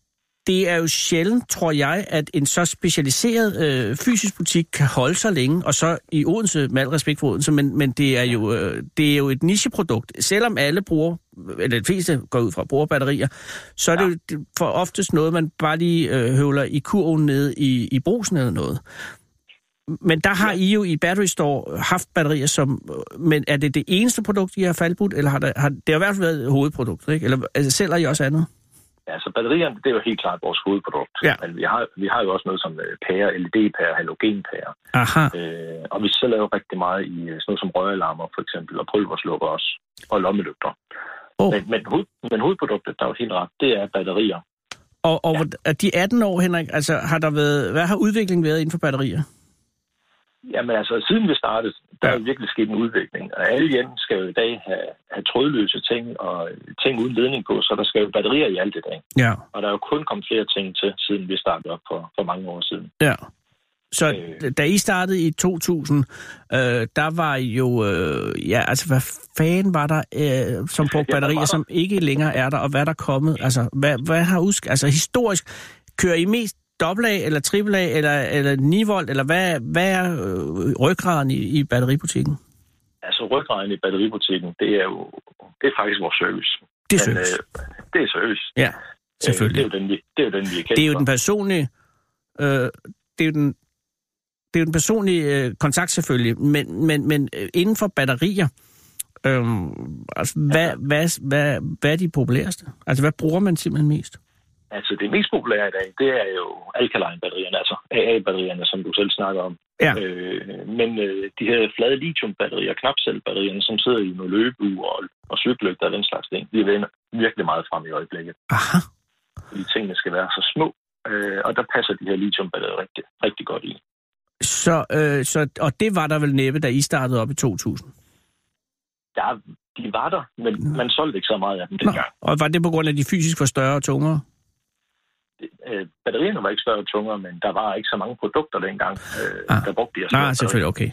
[SPEAKER 5] det er jo sjældent, tror jeg, at en så specialiseret øh, fysisk butik kan holde sig længe, og så i Odense, med al respekt for Odense, men, men det, er jo, øh, det er jo et nicheprodukt. Selvom alle bruger, eller de fleste går ud fra at bruge batterier, så er det jo for oftest noget, man bare lige øh, høvler i kurven nede i, i brusen eller noget. Men der har I jo i Battery Store haft batterier, som, men er det det eneste produkt, I har faldbudt, eller har der, har, det har i hvert fald været hovedproduktet, ikke? Eller altså, sælger I også andet?
[SPEAKER 9] Ja, så batterierne, det er jo helt klart vores hovedprodukt.
[SPEAKER 5] Ja.
[SPEAKER 9] Men vi har, vi har jo også noget som øh, pærer, LED-pærer, halogenpærer.
[SPEAKER 5] Aha.
[SPEAKER 9] Øh, og vi sælger jo rigtig meget i øh, sådan noget som røgalarmer for eksempel, og pulverslukker også, og lommelygter.
[SPEAKER 5] Oh.
[SPEAKER 9] Men, men, hoved, men hovedproduktet, der er jo helt ret, det er batterier.
[SPEAKER 5] Og, og ja. de 18 år, Henrik, altså har der været, hvad har udviklingen været inden for batterier?
[SPEAKER 9] Jamen altså, siden vi startede, der
[SPEAKER 5] Ja.
[SPEAKER 9] er jo virkelig sket en udvikling. Og alle hjem skal jo i dag have, have trådløse ting og ting uden ledning på, så der skal jo batterier i alt i dag.
[SPEAKER 5] Ja,
[SPEAKER 9] Og der er jo kun kommet flere ting til, siden vi startede op for, for mange år siden.
[SPEAKER 5] ja. Så
[SPEAKER 9] Øh.
[SPEAKER 5] da I startede i 2000, øh, der var I jo, øh, ja, altså hvad fanden var der, øh, som brugte
[SPEAKER 9] (laughs) Ja, hvad var
[SPEAKER 5] batterier,
[SPEAKER 9] der?
[SPEAKER 5] som ikke længere er der, og hvad er der kommet? Altså, hvad, hvad har udsk... Altså historisk, kører I mest dobbelt eller triple A, eller, eller 9 volt, eller hvad, hvad er øh, ryggraden i, i batteributikken?
[SPEAKER 9] Altså ryggraden i batteributikken, det er jo det er faktisk vores service.
[SPEAKER 5] Det
[SPEAKER 9] Men,
[SPEAKER 5] synes
[SPEAKER 9] øh, det er service.
[SPEAKER 5] Ja, selvfølgelig.
[SPEAKER 9] Øh, det, er jo den, vi, det er jo den, vi er kendt
[SPEAKER 5] det er jo
[SPEAKER 9] for.
[SPEAKER 5] den personlige, øh, det er jo den, det er jo den personlige øh, kontakt selvfølgelig, men, men, men øh, inden for batterier, øh, altså, hvad, hvad, hvad, hvad er de populæreste? Altså, hvad bruger man simpelthen mest?
[SPEAKER 9] Altså det mest populære i dag, det er jo alkaline-batterierne, altså AA-batterierne, som du selv snakker om.
[SPEAKER 5] Ja.
[SPEAKER 9] Øh, men øh, de her flade lithium-batterier, knapcellbatterierne, som sidder i nogle løbebuer og, og cykelygter og den slags ting, de vender virkelig meget frem i øjeblikket.
[SPEAKER 5] Aha.
[SPEAKER 9] Fordi tingene skal være så små, øh, og der passer de her lithium-batterier rigtig, rigtig godt i.
[SPEAKER 5] Så, øh, så, og det var der vel næppe, da I startede op i 2000?
[SPEAKER 9] Der, er- de var der, men
[SPEAKER 5] Mm.
[SPEAKER 9] man solgte ikke så meget af dem dengang.
[SPEAKER 5] Og var det på grund af, at de fysisk var større og tungere?
[SPEAKER 9] øh, batterierne var ikke større og tungere, men der var ikke så mange produkter dengang, øh,
[SPEAKER 5] Ah.
[SPEAKER 9] ah. der brugte de her store
[SPEAKER 5] Nej, selvfølgelig, okay.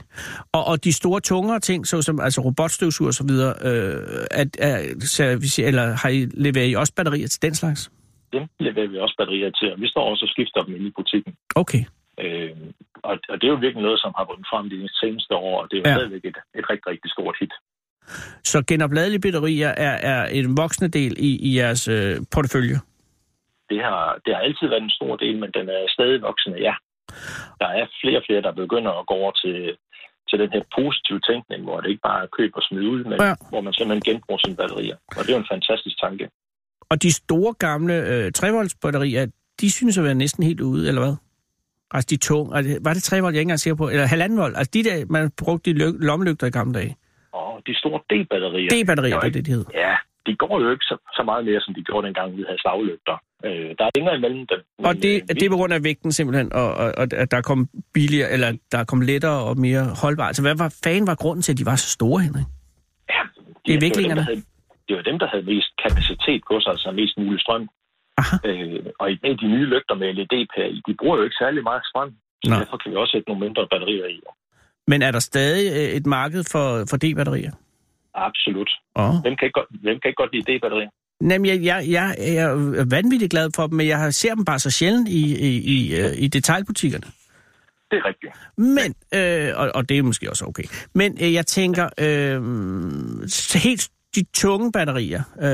[SPEAKER 5] Og, og de store, tungere ting, såsom altså robotstøvsuger og så videre, øh, at, at, service, eller har I, leverer I også batterier til den slags?
[SPEAKER 9] batterier. Dem leverer vi også batterier til, og vi står også og skifter dem inde i butikken.
[SPEAKER 5] Okay.
[SPEAKER 9] Øh, og, og det er jo virkelig noget, som har vundet frem de seneste år, og det er jo
[SPEAKER 5] Ja.
[SPEAKER 9] ja. stadigvæk et, et rigtig, rigtig stort hit.
[SPEAKER 5] Så genopladelige batterier er, er en voksende del i, i jeres øh, portefølje.
[SPEAKER 9] Det har, det har altid været en stor del, men den er stadig voksende, ja. Der er flere og flere, der begynder at gå over til, til den her positive tænkning, hvor det ikke bare er køb og smid ud, men
[SPEAKER 5] Ja.
[SPEAKER 9] ja. hvor man simpelthen genbruger sine batterier. Og det er jo en fantastisk tanke.
[SPEAKER 5] Og de store gamle øh, 3 batterier, de synes at være næsten helt ude, eller hvad? Altså de tunge, er det- var det 3 volt, jeg ikke engang ser på, eller 1,5 volt, altså de der, man brugte de lø- lommelygter i gamle dage.
[SPEAKER 9] Og de store D-batterier,
[SPEAKER 5] D-batterier,
[SPEAKER 9] Jo,
[SPEAKER 5] det er det, de hed.
[SPEAKER 9] Ja, de går jo ikke så, så meget mere, som de gjorde dengang, vi havde slaglygter. Øh, der er længere imellem dem.
[SPEAKER 5] Og
[SPEAKER 9] men,
[SPEAKER 5] det,
[SPEAKER 9] øh,
[SPEAKER 5] det er på grund af vægten simpelthen, og, og, og at der er kommet billigere, eller der er kommet lettere og mere holdbart. Altså hvad var, fanden var grunden til, at de var så store, Henrik?
[SPEAKER 9] ja,
[SPEAKER 5] det er
[SPEAKER 9] var dem,
[SPEAKER 5] viklingerne.
[SPEAKER 9] der havde- Det var dem, der havde mest kapacitet på sig, altså mest mulig strøm.
[SPEAKER 5] Aha.
[SPEAKER 9] Øh, og i med de nye lygter med LED-pære i, de bruger jo ikke særlig meget strøm. Så
[SPEAKER 5] Nej.
[SPEAKER 9] derfor kan vi også sætte nogle mindre batterier i.
[SPEAKER 5] Men er der stadig øh, et marked for, for D-batterier?
[SPEAKER 9] Absolut.
[SPEAKER 5] Åh.
[SPEAKER 9] Hvem kan ikke godt, hvem kan ikke godt lide E D-batterier?
[SPEAKER 5] Jamen, jeg, jeg, jeg er vanvittigt glad for dem, men jeg ser dem bare så sjældent i, i, i, øh, i detaljbutikkerne.
[SPEAKER 9] Det er rigtigt.
[SPEAKER 5] Men, øh, og, og det er måske også okay, men øh, jeg tænker, øh, helt de tunge batterier, øh,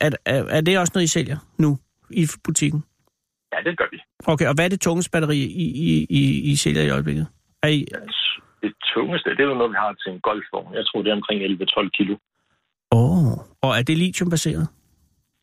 [SPEAKER 5] er, er, er det også noget, I sælger nu i butikken?
[SPEAKER 9] Ja, det gør vi.
[SPEAKER 5] Okay, og hvad er det tungeste batteri, I, I, I, I sælger i øjeblikket? Er I,
[SPEAKER 9] Altså, Det tungeste, det er jo noget, vi har til en golfvogn. Jeg tror, det er omkring 11-12 kilo.
[SPEAKER 5] oh, og er det lithium-baseret?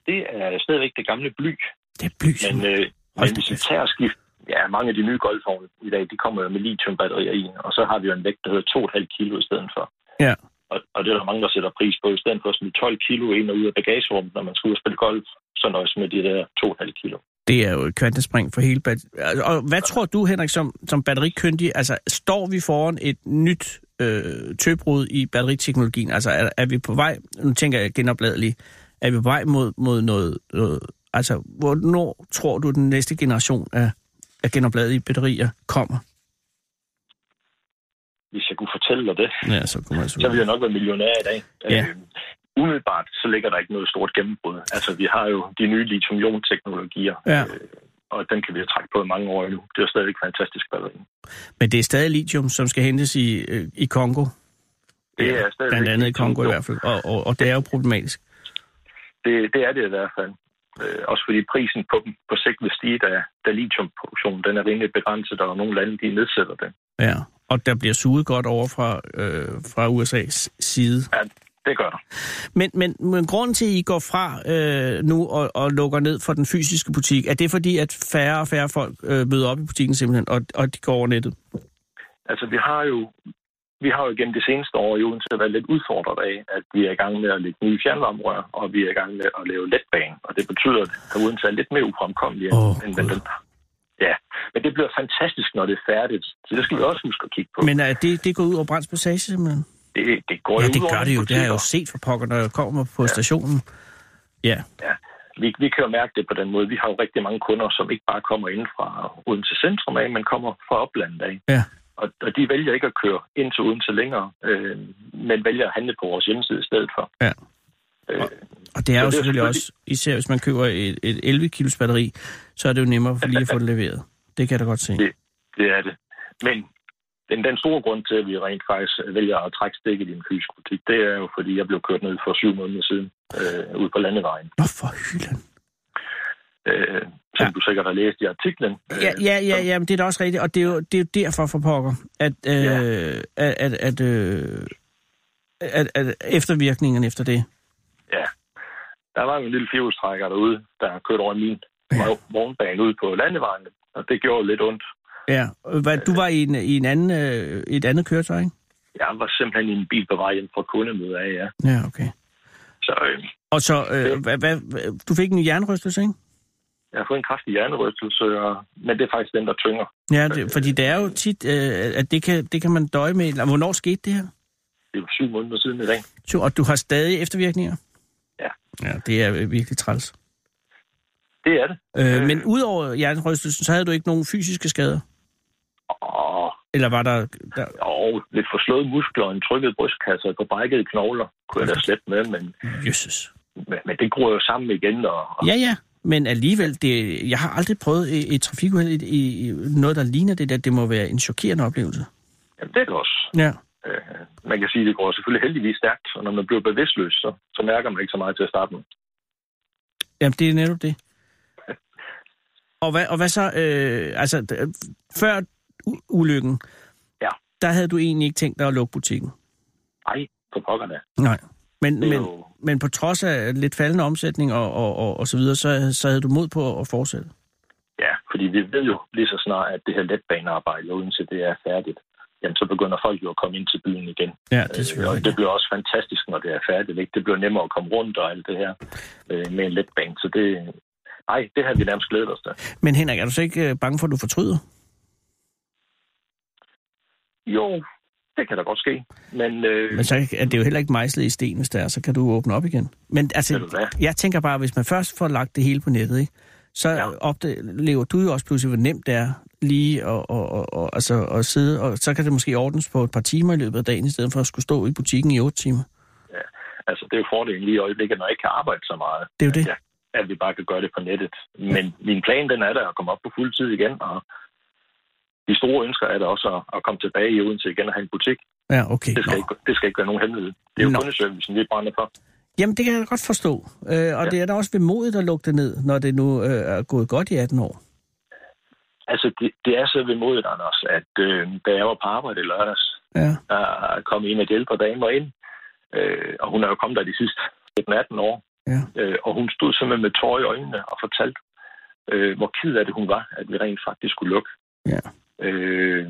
[SPEAKER 9] Det er stadigvæk det gamle bly,
[SPEAKER 5] Det er bly.
[SPEAKER 9] Men, øh, men
[SPEAKER 5] Hold da
[SPEAKER 9] hvis vi
[SPEAKER 5] kæft.
[SPEAKER 9] tager og skift, ja, mange af de nye golfvogne i dag, de kommer jo med lithiumbatterier i, og så har vi jo en vægt, der hedder 2,5 kilo i stedet for.
[SPEAKER 5] Ja.
[SPEAKER 9] Og, og det er der mange, der sætter pris på. I stedet for at smide 12 kilo ind og ud af bagagerummet, når man skal ud og spille golf, så nøjes med de der 2,5 kilo.
[SPEAKER 5] Det er jo et kvantespring for hele batteriet. Og hvad tror du, Henrik, som, som batterikyndig? Altså, står vi foran et nyt øh, tøbrud i batteriteknologien? Altså, er, er vi på vej, nu tænker jeg genopladelige, er vi på vej mod, mod noget, noget... Altså, hvornår tror du, den næste generation af, af genopladelige batterier kommer?
[SPEAKER 9] Hvis jeg kunne fortælle dig det,
[SPEAKER 5] Ja, så kunne man
[SPEAKER 9] så ville jeg nok være millionær i dag.
[SPEAKER 5] Ja.
[SPEAKER 9] Øh, umiddelbart, så ligger der ikke noget stort gennembrud. Altså, vi har jo de nye lithium-ion-teknologier,
[SPEAKER 5] Ja.
[SPEAKER 9] øh, og den kan vi have trækket på i mange år endnu. Det er jo stadigvæk fantastisk batteri.
[SPEAKER 5] Men det er stadig lithium, som skal hentes i, øh, i Kongo.
[SPEAKER 9] Det er stadigvæk
[SPEAKER 5] Blandt andet i Kongo i
[SPEAKER 9] lithium-ion.
[SPEAKER 5] hvert fald. Og, og, og det er jo problematisk.
[SPEAKER 9] Det, det er det i hvert fald. Øh, også fordi prisen på dem på sigt vil stige, da, da lithiumproduktionen den er rimelig begrænset, og nogle lande de nedsætter den.
[SPEAKER 5] Ja, og der bliver suget godt over fra, øh, fra USA's side.
[SPEAKER 9] Ja, det gør der.
[SPEAKER 5] Men, men, men grunden til, at I går fra øh, nu og, og lukker ned for den fysiske butik, er det fordi, at færre og færre folk øh, møder op i butikken simpelthen, og, og de går over nettet?
[SPEAKER 9] Altså, vi har jo vi har jo gennem det seneste år i Odense været lidt udfordret af, at vi er i gang med at lægge nye fjernvarmerør, og vi er i gang med at lave letbane. Og det betyder, at Odense er lidt mere ufremkommelig,
[SPEAKER 5] Åh,
[SPEAKER 9] end hvad
[SPEAKER 5] Gud.
[SPEAKER 9] den Ja, men det bliver fantastisk, når det er færdigt. Så det skal vi også huske at kigge på. Men
[SPEAKER 5] Men er det, det går ud over Brands Passage simpelthen?
[SPEAKER 9] det, det går
[SPEAKER 5] Ja,
[SPEAKER 9] jo
[SPEAKER 5] det
[SPEAKER 9] ud over
[SPEAKER 5] gør det jo. Det har jeg jo
[SPEAKER 9] butikker.
[SPEAKER 5] set for pokker, når jeg kommer på stationen. Ja,
[SPEAKER 9] vi, vi kan jo mærke det på den måde. Vi har jo rigtig mange kunder, som ikke bare kommer ind fra Odense Centrum af, men kommer fra oplandet af.
[SPEAKER 5] Ja.
[SPEAKER 9] Og, og de vælger ikke at køre ind til Odense længere, øh, men vælger at handle på vores hjemmeside i stedet for.
[SPEAKER 5] Ja.
[SPEAKER 9] Øh,
[SPEAKER 5] og det er
[SPEAKER 9] Ja,
[SPEAKER 5] jo
[SPEAKER 9] det er
[SPEAKER 5] selvfølgelig
[SPEAKER 9] selvfølgelig-
[SPEAKER 5] også, især hvis man køber et, et 11 kilos batteri, så er det jo nemmere for lige at få det leveret. Det kan jeg da godt se.
[SPEAKER 9] det er det. Men den, den store grund til, at vi rent faktisk vælger at trække stikket i en fysisk butik, det er jo, fordi jeg blev kørt ned for syv måneder siden øh, ude på landevejen.
[SPEAKER 5] Nå for hylden.
[SPEAKER 9] Øh, som
[SPEAKER 5] Ja.
[SPEAKER 9] du sikkert har læst i artiklen. Øh,
[SPEAKER 5] Ja, ja, ja, ja men det er da også rigtigt, og det er jo, det er jo derfor for pokker, at, øh,
[SPEAKER 9] Ja.
[SPEAKER 5] at, at, at, øh, at, at eftervirkningerne efter det.
[SPEAKER 9] Ja. Der var jo en lille firehjulstrækker derude, der kørte over min ja. vognbane ud på landevejen, og det gjorde lidt ondt.
[SPEAKER 5] Ja, hvad, du var i, en, i en anden, øh, et andet køretøj, ikke?
[SPEAKER 9] Jeg var simpelthen i en bil på vej hjem fra kundemøde af, ja.
[SPEAKER 5] Ja, okay.
[SPEAKER 9] Så øh,
[SPEAKER 5] Og så, øh, hvad, hvad, hvad- du fik en jernrystelse, ikke?
[SPEAKER 9] jeg har fået en kraftig hjernerystelse, og, men det er faktisk den, der tynger.
[SPEAKER 5] Ja, det, fordi det er jo tit, øh, at det kan, det kan man døje med. Eller, Hvornår skete det her?
[SPEAKER 9] Det var syv måneder siden i dag.
[SPEAKER 5] Så- Og du har stadig eftervirkninger?
[SPEAKER 9] Ja.
[SPEAKER 5] Ja, det er øh, virkelig træls.
[SPEAKER 9] Det er det.
[SPEAKER 5] Øh, men udover jernrystelsen, så havde du ikke nogen fysiske skader?
[SPEAKER 9] Og,
[SPEAKER 5] Eller var der... der
[SPEAKER 9] og lidt forslået muskler, en trykket brystkasse og på brækkede knogler, kunne jeg da slet med, men,
[SPEAKER 5] Jesus.
[SPEAKER 9] men, men det gror jo sammen igen, og, og
[SPEAKER 5] Ja, ja. Men alligevel, det, jeg har aldrig prøvet et, et trafikuheld i, i, i noget, der ligner det der. Det må være en chokerende oplevelse.
[SPEAKER 9] jamen, det er det også.
[SPEAKER 5] Ja.
[SPEAKER 9] Øh, man kan sige, at det går selvfølgelig heldigvis stærkt, og når man bliver bevidstløs, så, så mærker man ikke så meget til at starte med.
[SPEAKER 5] Jamen, det er netop
[SPEAKER 9] (laughs)
[SPEAKER 5] det. Og hvad, og hvad så, øh, altså, d- før u- ulykken,
[SPEAKER 9] Ja.
[SPEAKER 5] der havde du egentlig ikke tænkt dig at lukke butikken?
[SPEAKER 9] Ej, for pokkerne.
[SPEAKER 5] Nej. Men,
[SPEAKER 9] Det er
[SPEAKER 5] men,
[SPEAKER 9] jo-
[SPEAKER 5] men på trods af lidt faldende omsætning og, og, og, og så videre, så, så havde du mod på at fortsætte?
[SPEAKER 9] Ja, fordi vi ved jo lige så snart, at det her letbanearbejde, uden til det er færdigt, jamen så begynder folk jo at komme ind til byen igen.
[SPEAKER 5] Ja,
[SPEAKER 9] Øh, og det bliver også fantastisk, når det er færdigt. Ikke? Det bliver nemmere at komme rundt og alt det her øh, med en letbane. Så det, ej, det har vi nærmest glædet os til.
[SPEAKER 5] Men Henrik, er du så ikke øh, bange for, at du fortryder?
[SPEAKER 9] Jo, det kan da godt ske. Men, øh,
[SPEAKER 5] Men så er det jo heller ikke mejslet i sten, hvis det er, så kan du åbne op igen. Men
[SPEAKER 9] Ved du
[SPEAKER 5] altså,
[SPEAKER 9] hvad?
[SPEAKER 5] jeg tænker bare, hvis man først får lagt det hele på nettet, ikke? så ja.
[SPEAKER 9] Ja.
[SPEAKER 5] oplever du jo også pludselig, hvor nemt det er lige at, og, og, og, altså, at sidde, og så kan det måske ordnes på et par timer i løbet af dagen, i stedet for at skulle stå i butikken i otte timer.
[SPEAKER 9] altså, det er jo fordelen lige i øjeblikket, når jeg ikke kan arbejde så meget.
[SPEAKER 5] Det er jo det.
[SPEAKER 9] Ja, at vi bare kan gøre det på nettet. Men min plan, den er der at komme op på fuld tid igen, og de store ønsker er der også at, at komme tilbage i Odense igen og have en butik.
[SPEAKER 5] Ja, okay.
[SPEAKER 9] Det skal,
[SPEAKER 5] Nå.
[SPEAKER 9] ikke, det skal ikke være nogen hemmelighed. Det er jo
[SPEAKER 5] Nå.
[SPEAKER 9] kundeservicen, vi brænder for.
[SPEAKER 5] Jamen, det kan jeg godt forstå. Øh, og ja. det er da også vemodigt at lukke det ned, når det nu øh, er gået godt i 18 år.
[SPEAKER 9] Altså, det, det er så vemodigt, Anders, at øh, da jeg var på arbejde i lørdags,
[SPEAKER 5] Ja.
[SPEAKER 9] der kom en af de ældre damer ind, øh, og hun er jo kommet der de sidste 17-18 år,
[SPEAKER 5] Ja.
[SPEAKER 9] øh, og hun stod simpelthen med tårer i øjnene og fortalte, øh, hvor ked af det hun var, at vi rent faktisk skulle lukke.
[SPEAKER 5] Ja.
[SPEAKER 9] Øh,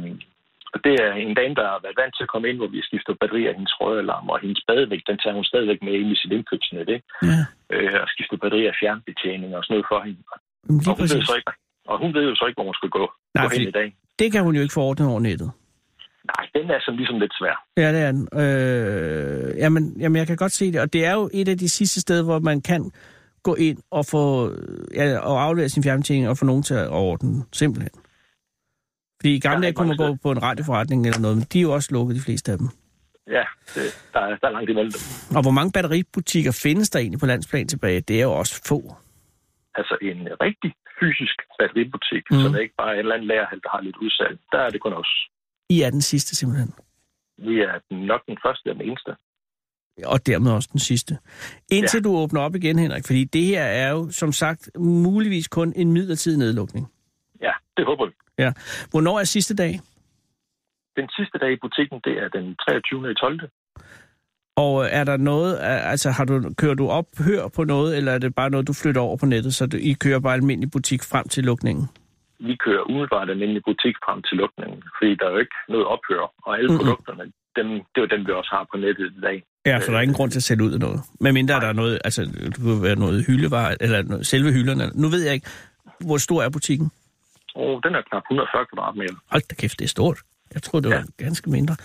[SPEAKER 9] og det er en dame, der har været vant til at komme ind, hvor vi skifter batterier i hendes røgalarm, og hendes badevægt, den tager hun stadigvæk med ind i sit indkøbsnet, ikke?
[SPEAKER 5] ja.
[SPEAKER 9] øh, og skifte batterier, fjernbetjening og sådan noget for hende. Og
[SPEAKER 5] Jamen,
[SPEAKER 9] Og
[SPEAKER 5] Lige
[SPEAKER 9] hun, ved
[SPEAKER 5] præcis.
[SPEAKER 9] så ikke, og hun ved jo så ikke, hvor hun skal gå,
[SPEAKER 5] Nej,
[SPEAKER 9] gå hen
[SPEAKER 5] fordi-
[SPEAKER 9] i dag.
[SPEAKER 5] Det kan hun jo ikke få ordnet over nettet.
[SPEAKER 9] Nej, den er sådan ligesom lidt svær.
[SPEAKER 5] Ja, det er den. Øh, jamen, jamen, jeg kan godt se det. Og det er jo et af de sidste steder, hvor man kan gå ind og få ja, og aflevere sin fjernbetjening og få nogen til at ordne den, simpelthen. Fordi i gamle
[SPEAKER 9] Ja,
[SPEAKER 5] dage kunne man gå
[SPEAKER 9] mange
[SPEAKER 5] på en radioforretning eller noget, men de er jo også lukket, de fleste af dem.
[SPEAKER 9] Ja, det, der, er, der er langt imellem dem.
[SPEAKER 5] Og hvor mange batteributikker findes der egentlig på landsplan tilbage? Det er jo også få.
[SPEAKER 9] Altså en rigtig fysisk batteributik,
[SPEAKER 5] Mhm.
[SPEAKER 9] mm. som ikke bare er en eller anden lagerhal, der har lidt udsalg. Der er det kun os.
[SPEAKER 5] I er den sidste, simpelthen.
[SPEAKER 9] Vi er den- nok den første og den eneste.
[SPEAKER 5] og dermed også den sidste. Indtil ja. du åbner op igen, Henrik, fordi det her er jo, som sagt, muligvis kun en midlertidig nedlukning.
[SPEAKER 9] Ja, det håber vi.
[SPEAKER 5] Ja. Hvornår er sidste dag?
[SPEAKER 9] Den sidste dag i butikken, det er den 23. 12.
[SPEAKER 5] Og øh, er der noget, øh, altså har du, kører du op, hører på noget, eller er det bare noget, du flytter over på nettet, så du, I kører bare almindelig butik frem til lukningen?
[SPEAKER 9] Vi kører umiddelbart almindelig butik frem til lukningen, fordi der er jo ikke noget ophør. Og alle
[SPEAKER 5] Mhm.
[SPEAKER 9] mm-hmm. produkterne, dem, det er jo dem, vi også har på nettet i dag.
[SPEAKER 5] Ja, for der er ingen grund til at sælge ud af noget. Men mindre der er noget, altså det kunne være noget hyldevarer, eller noget, selve hylderne. Nu ved jeg ikke, hvor stor er butikken?
[SPEAKER 9] Oh, den er knap 140 kvadratmeter.
[SPEAKER 5] Hold da kæft, det er stort. Jeg tror det var ganske mindre.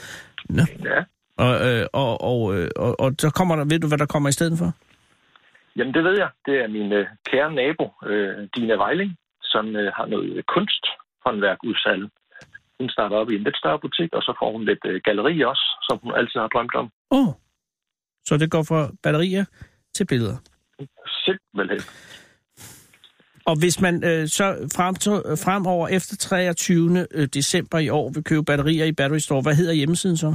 [SPEAKER 5] Nå.
[SPEAKER 9] Ja,
[SPEAKER 5] Og, øh, og, og, øh, og, og så kommer der, ved du, hvad der kommer i stedet for?
[SPEAKER 9] Jamen, det ved jeg. Det er min øh, kære nabo, øh, Dina Vejling, som øh, har noget kunsthåndværk udsalg. Hun starter op i en lidt større butik, og så får hun lidt øh, galleri også, som hun altid har drømt om.
[SPEAKER 5] Åh, oh. så det går fra batterier til billeder.
[SPEAKER 9] Simpelthen.
[SPEAKER 5] Og hvis man øh, så frem til, øh, fremover efter 23. øh, december i år vil købe batterier i Battery Store, hvad hedder hjemmesiden så?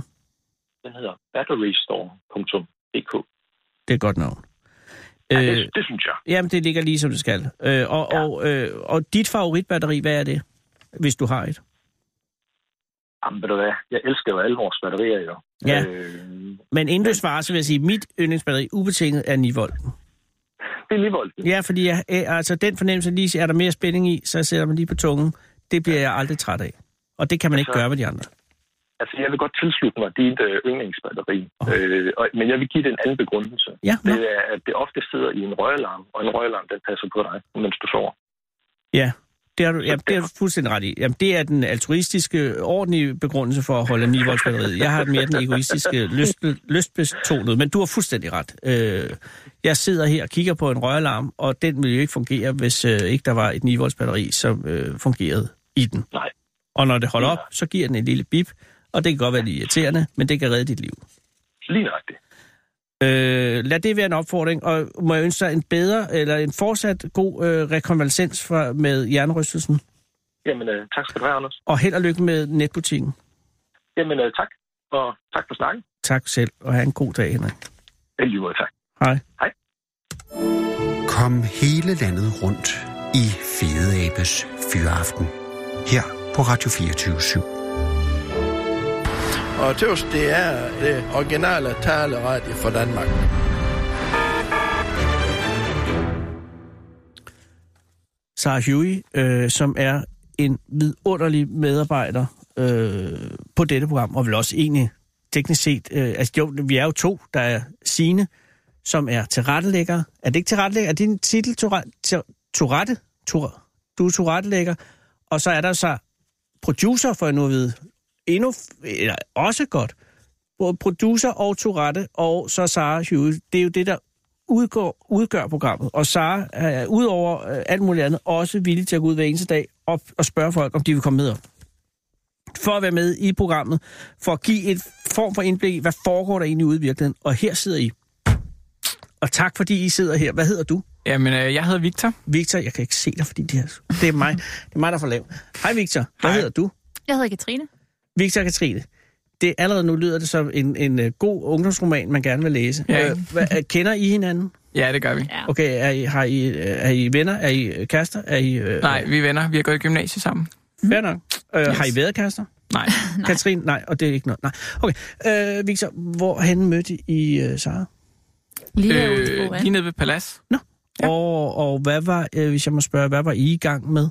[SPEAKER 9] Den hedder batterystore.dk.
[SPEAKER 5] Det er et godt navn.
[SPEAKER 9] Ja,
[SPEAKER 5] Ja, øh,
[SPEAKER 9] det, det synes jeg.
[SPEAKER 5] jamen, det ligger lige som det skal. Øh, og, ja. og, øh, og dit favoritbatteri, hvad er det, hvis du har et?
[SPEAKER 9] Jamen, ved du hvad? Jeg elsker jo alle vores batterier, jo.
[SPEAKER 5] Ja.
[SPEAKER 9] Øh,
[SPEAKER 5] Men inden du svarer, så vil jeg sige, at mit yndlingsbatteri ubetinget er 9 volt.
[SPEAKER 9] det er lige voldt.
[SPEAKER 5] Ja, fordi jeg, øh, altså, den fornemmelse lige, er der mere spænding i, så sætter man lige på tungen. Det bliver jeg aldrig træt af. Og det kan man ikke
[SPEAKER 9] Altså-
[SPEAKER 5] gøre med de andre.
[SPEAKER 9] Altså, jeg vil godt tilslutte mig dit øh, yndlingsbatteri,
[SPEAKER 5] Åh.
[SPEAKER 9] øh, og, men jeg vil give det en anden begrundelse.
[SPEAKER 5] Ja, nå.
[SPEAKER 9] Det er, at det ofte sidder i en røgalarm, og en røgalarm, den passer på dig, mens du sover.
[SPEAKER 5] Ja, det har du, ja, det er du
[SPEAKER 9] derfor-
[SPEAKER 5] fuldstændig ret i. Jamen, det er den altruistiske, ordentlige begrundelse for at holde 9 volts batteriet. Jeg har mere den egoistiske, lyst, lystbetonede, men du har fuldstændig ret. Øh, jeg sidder her og kigger på en røgalarm, og den ville jo ikke fungere, hvis øh, ikke der var et 9 volts batteri, som øh, fungerede i den.
[SPEAKER 9] Nej.
[SPEAKER 5] Og når det holder op, så giver den en lille bip, og det kan godt være lidt irriterende, men det kan redde dit liv.
[SPEAKER 9] Lige nøjagtigt.
[SPEAKER 5] Øh, lad det være en opfordring, og må jeg ønske dig en bedre, eller en fortsat god øh, rekonvalescens fra, med jernrystelsen.
[SPEAKER 9] Jamen, øh, tak skal du have, Anders.
[SPEAKER 5] Og held og lykke med netbutikken.
[SPEAKER 9] Jamen, øh, tak. Og tak for snakken.
[SPEAKER 5] Tak selv, og have en god dag, Henrik.
[SPEAKER 9] Ja, lige måde, tak.
[SPEAKER 5] Hej.
[SPEAKER 3] Kom hele landet rundt i Fede Abes Fyraften. Her på Radio 24 /7.
[SPEAKER 8] Og tøs, det er det originale taleradio for Danmark.
[SPEAKER 5] Sarah Huey, øh, som er en vidunderlig medarbejder øh, på dette program, og vel også egentlig teknisk set, øh, altså jo, vi er jo to, der er Sine, som er tilrettelægger. Er det ikke tilrettelægger? Er din titel Tourette? Tourette? Tour, du er tilrettelægger. Og så er der så producer, for jeg nu at vide, endnu, f- eller også godt, både producer og Tourette, og så Sara Hughes. Det er jo det, der udgår, udgør programmet. Og Sara er udover øh, alt muligt andet også villig til at gå ud hver eneste dag op og spørge folk, om de vil komme med op. For at være med i programmet, for at give et form for indblik i, hvad foregår der egentlig ude i virkeligheden. Og her sidder I. Og tak fordi I sidder her. Hvad hedder du?
[SPEAKER 10] Jamen, øh, jeg hedder Victor.
[SPEAKER 5] Victor, jeg kan ikke se dig, fordi det er, det er mig. Det er mig, der får lav. Hej Victor, hvad
[SPEAKER 10] Hej.
[SPEAKER 5] hedder du?
[SPEAKER 11] Jeg hedder Katrine.
[SPEAKER 5] Victor og Katrine. Det, allerede nu lyder det som en, en øh, god ungdomsroman, man gerne vil læse.
[SPEAKER 10] Ja, ikke?
[SPEAKER 5] hvad, øh, kender I hinanden?
[SPEAKER 10] Ja, det gør vi.
[SPEAKER 11] Ja.
[SPEAKER 5] Okay, er I, har I, øh, er I venner? Er I øh, kærester? Er I, øh,
[SPEAKER 10] Nej, vi er venner. Vi har gået i gymnasiet sammen.
[SPEAKER 5] Fair nok. Øh, yes. Har I
[SPEAKER 10] Yes.
[SPEAKER 5] været kærester? (laughs)
[SPEAKER 10] Nej.
[SPEAKER 5] Nej. Katrine? Nej, og det er ikke noget. Nej. Okay, øh, Victor, hvorhen mødte I øh, Sara?
[SPEAKER 11] Lige herude på
[SPEAKER 10] Øh,
[SPEAKER 11] øh,
[SPEAKER 10] lige nede ved Palads.
[SPEAKER 5] Ja.
[SPEAKER 10] Ja.
[SPEAKER 5] Og, og hvad var, øh, hvis jeg må spørge, hvad var I i gang med?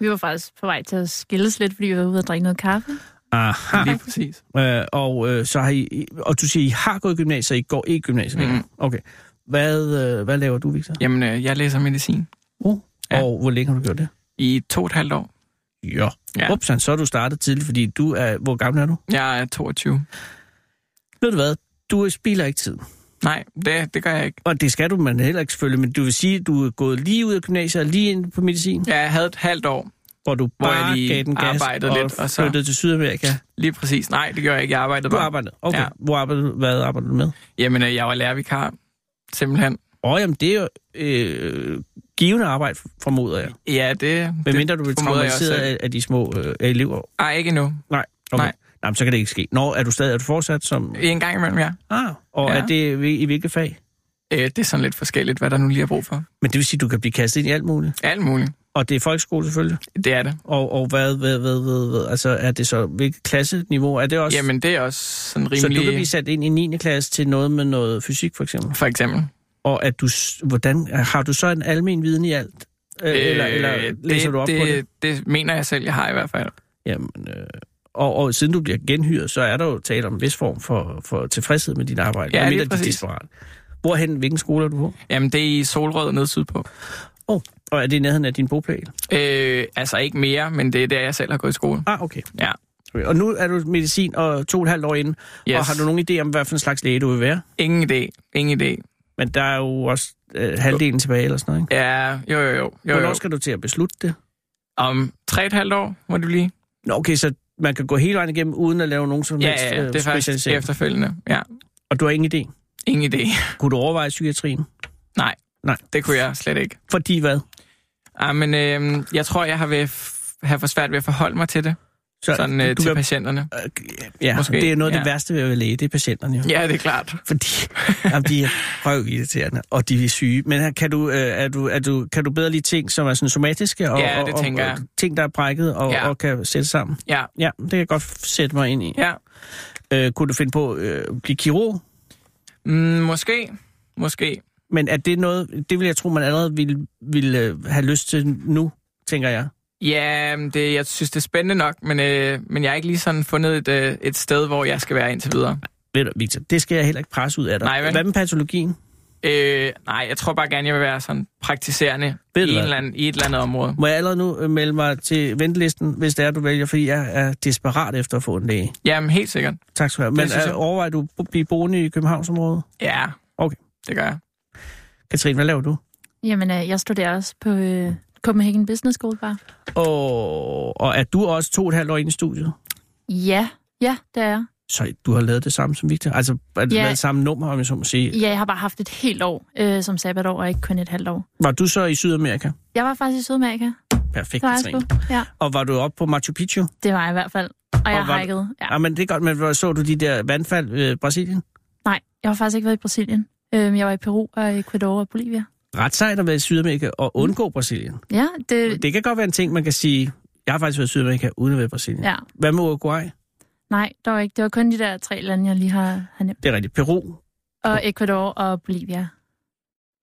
[SPEAKER 11] Vi var faktisk på vej til at skilles lidt, fordi vi var ude og drikke noget kaffe.
[SPEAKER 5] Aha.
[SPEAKER 10] Lige præcis.
[SPEAKER 5] Øh, og øh, så har I, og du siger, I har gået i gymnasiet, og I går ikke i gymnasiet længere.
[SPEAKER 10] Mm.
[SPEAKER 5] Okay. Hvad, øh, hvad laver du, Victor?
[SPEAKER 10] Jamen, øh, jeg læser medicin.
[SPEAKER 5] Oh,
[SPEAKER 10] Ja.
[SPEAKER 5] Og hvor længe har du gjort det?
[SPEAKER 10] I to og et halvt år.
[SPEAKER 5] Ja.
[SPEAKER 10] Ja.
[SPEAKER 5] ja. Ups, så er du startet tidligt, fordi du er... Hvor gammel er du?
[SPEAKER 10] Jeg er 22.
[SPEAKER 5] Ved du hvad? Du spilder ikke tid.
[SPEAKER 10] Nej, det, det gør jeg ikke.
[SPEAKER 5] Og det skal du man heller ikke selvfølgelig, men du vil sige, at du er gået lige ud af gymnasiet og lige ind på medicin, ja.
[SPEAKER 10] Jeg havde et halvt år,
[SPEAKER 5] hvor du
[SPEAKER 10] Hvor jeg
[SPEAKER 5] bare
[SPEAKER 10] lige
[SPEAKER 5] gav den gas
[SPEAKER 10] arbejdede
[SPEAKER 5] og
[SPEAKER 10] lidt, og så-
[SPEAKER 5] flyttede til Sydamerika.
[SPEAKER 10] lige præcis. Nej, det gør jeg ikke. Jeg arbejdede
[SPEAKER 5] Du
[SPEAKER 10] bare.
[SPEAKER 5] arbejdede. Okay,
[SPEAKER 10] Ja.
[SPEAKER 5] ja. Hvor arbejdede, hvad arbejdede du med?
[SPEAKER 10] Jamen, øh, jeg var lærervikar, simpelthen.
[SPEAKER 5] Åh, oh, jamen det er jo øh, givende arbejde, formoder jeg.
[SPEAKER 10] Ja, det...
[SPEAKER 5] Hvemindre du bliver
[SPEAKER 10] formoder jeg
[SPEAKER 5] traumatiseret
[SPEAKER 10] også,
[SPEAKER 5] af, af de små øh, elever.
[SPEAKER 10] Nej, ikke endnu.
[SPEAKER 5] Nej, okay.
[SPEAKER 10] Nej.
[SPEAKER 5] Nej. Jamen, så kan det ikke ske. Nå, er du stadig er du fortsat som...
[SPEAKER 10] En gang imellem, ja.
[SPEAKER 5] Ah, og
[SPEAKER 10] Ja.
[SPEAKER 5] ja. er det i hvilke fag?
[SPEAKER 10] Øh, det er sådan lidt forskelligt, hvad der nu lige er brug for.
[SPEAKER 5] Men det vil sige, at du kan blive kastet ind i alt muligt.
[SPEAKER 10] Alt muligt.
[SPEAKER 5] Og det er folkeskole selvfølgelig.
[SPEAKER 10] Det er det.
[SPEAKER 5] Og, og hvad, hvad, hvad, hvad, hvad, altså er det så, hvilket klasseniveau er det også?
[SPEAKER 10] Jamen, det er også sådan
[SPEAKER 5] så du kan blive
[SPEAKER 10] rimelig...
[SPEAKER 5] sat ind i 9. klasse til noget med noget fysik for eksempel.
[SPEAKER 10] For eksempel.
[SPEAKER 5] Og at du, s- hvordan, har du så en almen viden i alt? Øh, eller, eller læser
[SPEAKER 10] det,
[SPEAKER 5] du op
[SPEAKER 10] det,
[SPEAKER 5] på det?
[SPEAKER 10] Det mener jeg selv, jeg har i hvert fald.
[SPEAKER 5] Jamen, øh, og, og siden du bliver genhyret, så er der jo tale om en vis form for, for tilfredshed med dit arbejde.
[SPEAKER 10] Ja,
[SPEAKER 5] medmindre
[SPEAKER 10] lige
[SPEAKER 5] de er
[SPEAKER 10] præcis.
[SPEAKER 5] desperat. Hvorhen, hvilken skole er du på?
[SPEAKER 10] Jamen, det er i Solrød nede sydpå.
[SPEAKER 5] Oh, og er det i nærheden af din bogpæl?
[SPEAKER 10] Øh, altså ikke mere, men det er der, jeg selv har gået i skole.
[SPEAKER 5] Ah, okay.
[SPEAKER 10] Ja.
[SPEAKER 5] Okay, Og nu er du medicin og to og et halvt år inde, yes. og
[SPEAKER 10] Yes.
[SPEAKER 5] har du nogen idé om, hvad for en slags læge du vil være?
[SPEAKER 10] Ingen idé. Ingen idé.
[SPEAKER 5] Men der er jo også øh, halvdelen tilbage eller sådan noget, ikke?
[SPEAKER 10] Ja, jo, jo, jo. jo,
[SPEAKER 5] Hvornår
[SPEAKER 10] jo.
[SPEAKER 5] skal du til at beslutte det?
[SPEAKER 10] Om tre og et halvt år må det blive.
[SPEAKER 5] Nå, okay, så man kan gå hele vejen igennem, uden at lave nogen som
[SPEAKER 10] Ja,
[SPEAKER 5] helst
[SPEAKER 10] ja, ja,
[SPEAKER 5] øh,
[SPEAKER 10] det er faktisk
[SPEAKER 5] specialisering.
[SPEAKER 10] efterfølgende. Ja,
[SPEAKER 5] Og du har ingen idé?
[SPEAKER 10] ingen idé.
[SPEAKER 5] Kunne du overveje psykiatrien?
[SPEAKER 10] Nej,
[SPEAKER 5] Nej.
[SPEAKER 10] det kunne jeg slet ikke.
[SPEAKER 5] Fordi hvad?
[SPEAKER 10] Ah, men øh, jeg tror, jeg har, ved f- har for svært ved at forholde mig til det.
[SPEAKER 5] Så,
[SPEAKER 10] Sådan øh,
[SPEAKER 5] du
[SPEAKER 10] til
[SPEAKER 5] vil-
[SPEAKER 10] patienterne.
[SPEAKER 5] Ja,
[SPEAKER 10] Måske,
[SPEAKER 5] Måske, det er noget af
[SPEAKER 10] ja.
[SPEAKER 5] det værste ved at være læge, det er patienterne jo.
[SPEAKER 10] Ja, det er klart.
[SPEAKER 5] Fordi (laughs) jamen, de er røvirriterende, og de er syge. Men her, kan du, øh, er du, er du, kan du bedre lide ting, som er sådan somatiske, og,
[SPEAKER 10] Ja, det
[SPEAKER 5] og,
[SPEAKER 10] tænker
[SPEAKER 5] og,
[SPEAKER 10] jeg.
[SPEAKER 5] og ting, der er brækket og,
[SPEAKER 10] Ja.
[SPEAKER 5] ja. og kan sætte sammen?
[SPEAKER 10] Ja,
[SPEAKER 5] Ja, det kan jeg godt sætte mig ind i.
[SPEAKER 10] ja.
[SPEAKER 5] Øh, kunne du finde på øh, at blive kirurg?
[SPEAKER 10] Mm, måske, måske.
[SPEAKER 5] Men er det noget, det vil jeg tro, man allerede ville, ville øh, have lyst til nu, tænker jeg.
[SPEAKER 10] Ja, men det, jeg synes, det er spændende nok, men, øh, men jeg har ikke lige sådan fundet et, øh, et sted, hvor jeg skal være indtil videre.
[SPEAKER 5] Ved du, Victor, det skal jeg heller ikke presse ud af dig.
[SPEAKER 10] Nej, vel?
[SPEAKER 5] Hvad med patologien?
[SPEAKER 10] Øh, nej, jeg tror bare gerne, jeg vil være sådan praktiserende i,
[SPEAKER 5] Ved du
[SPEAKER 10] en
[SPEAKER 5] hvad?
[SPEAKER 10] eller anden, i et eller andet område.
[SPEAKER 5] Må jeg allerede nu øh, melde mig til ventelisten, hvis det er, du vælger, fordi jeg er desperat efter at få en læge.
[SPEAKER 10] Jamen, helt sikkert.
[SPEAKER 5] Tak skal du have. Men
[SPEAKER 10] synes jeg.
[SPEAKER 5] øh, overvejer du at blive boende i Københavnsområdet?
[SPEAKER 10] Ja,
[SPEAKER 5] Okay.
[SPEAKER 10] det gør jeg.
[SPEAKER 5] Katrine, hvad laver du?
[SPEAKER 11] Jamen, øh, jeg studerer også på øh, Copenhagen Business School, bare.
[SPEAKER 5] Og, og er du også to og et halvt år inde i studiet?
[SPEAKER 11] Ja, ja, det er jeg.
[SPEAKER 5] Så du har lavet det samme som Victor? Altså, er det
[SPEAKER 11] Ja.
[SPEAKER 5] ja. lavet samme nummer, om jeg så må sige?
[SPEAKER 11] Ja, jeg har bare haft et helt år øh, som sabbatår, og ikke kun et halvt år.
[SPEAKER 5] Var du så i Sydamerika?
[SPEAKER 11] Jeg var faktisk i Sydamerika. Det
[SPEAKER 5] Perfekt,
[SPEAKER 11] var jeg sgu.
[SPEAKER 5] Katrine.
[SPEAKER 11] Ja,
[SPEAKER 5] Og var du oppe på Machu Picchu?
[SPEAKER 11] det var jeg i hvert fald. Og, jeg
[SPEAKER 5] var
[SPEAKER 11] har
[SPEAKER 5] du-
[SPEAKER 11] hikede. Ja.
[SPEAKER 5] Ja. Jamen, det er godt, men hvor så du de der vandfald i øh, Brasilien?
[SPEAKER 11] Nej, jeg har faktisk ikke været i Brasilien. Øhm, jeg var i Peru og Ecuador og Bolivia.
[SPEAKER 5] Ret sejt at være i Sydamerika og
[SPEAKER 11] Mm.
[SPEAKER 5] undgå Brasilien.
[SPEAKER 11] Ja, det...
[SPEAKER 5] Det kan godt være en ting, man kan sige, jeg har faktisk været i Sydamerika uden at være i Brasilien.
[SPEAKER 11] Ja,
[SPEAKER 5] Hvad med Uruguay?
[SPEAKER 11] nej, der var ikke. Det var kun de der tre lande, jeg lige har, har nævnt.
[SPEAKER 5] Det er rigtigt. Peru.
[SPEAKER 11] Og Ecuador og Bolivia.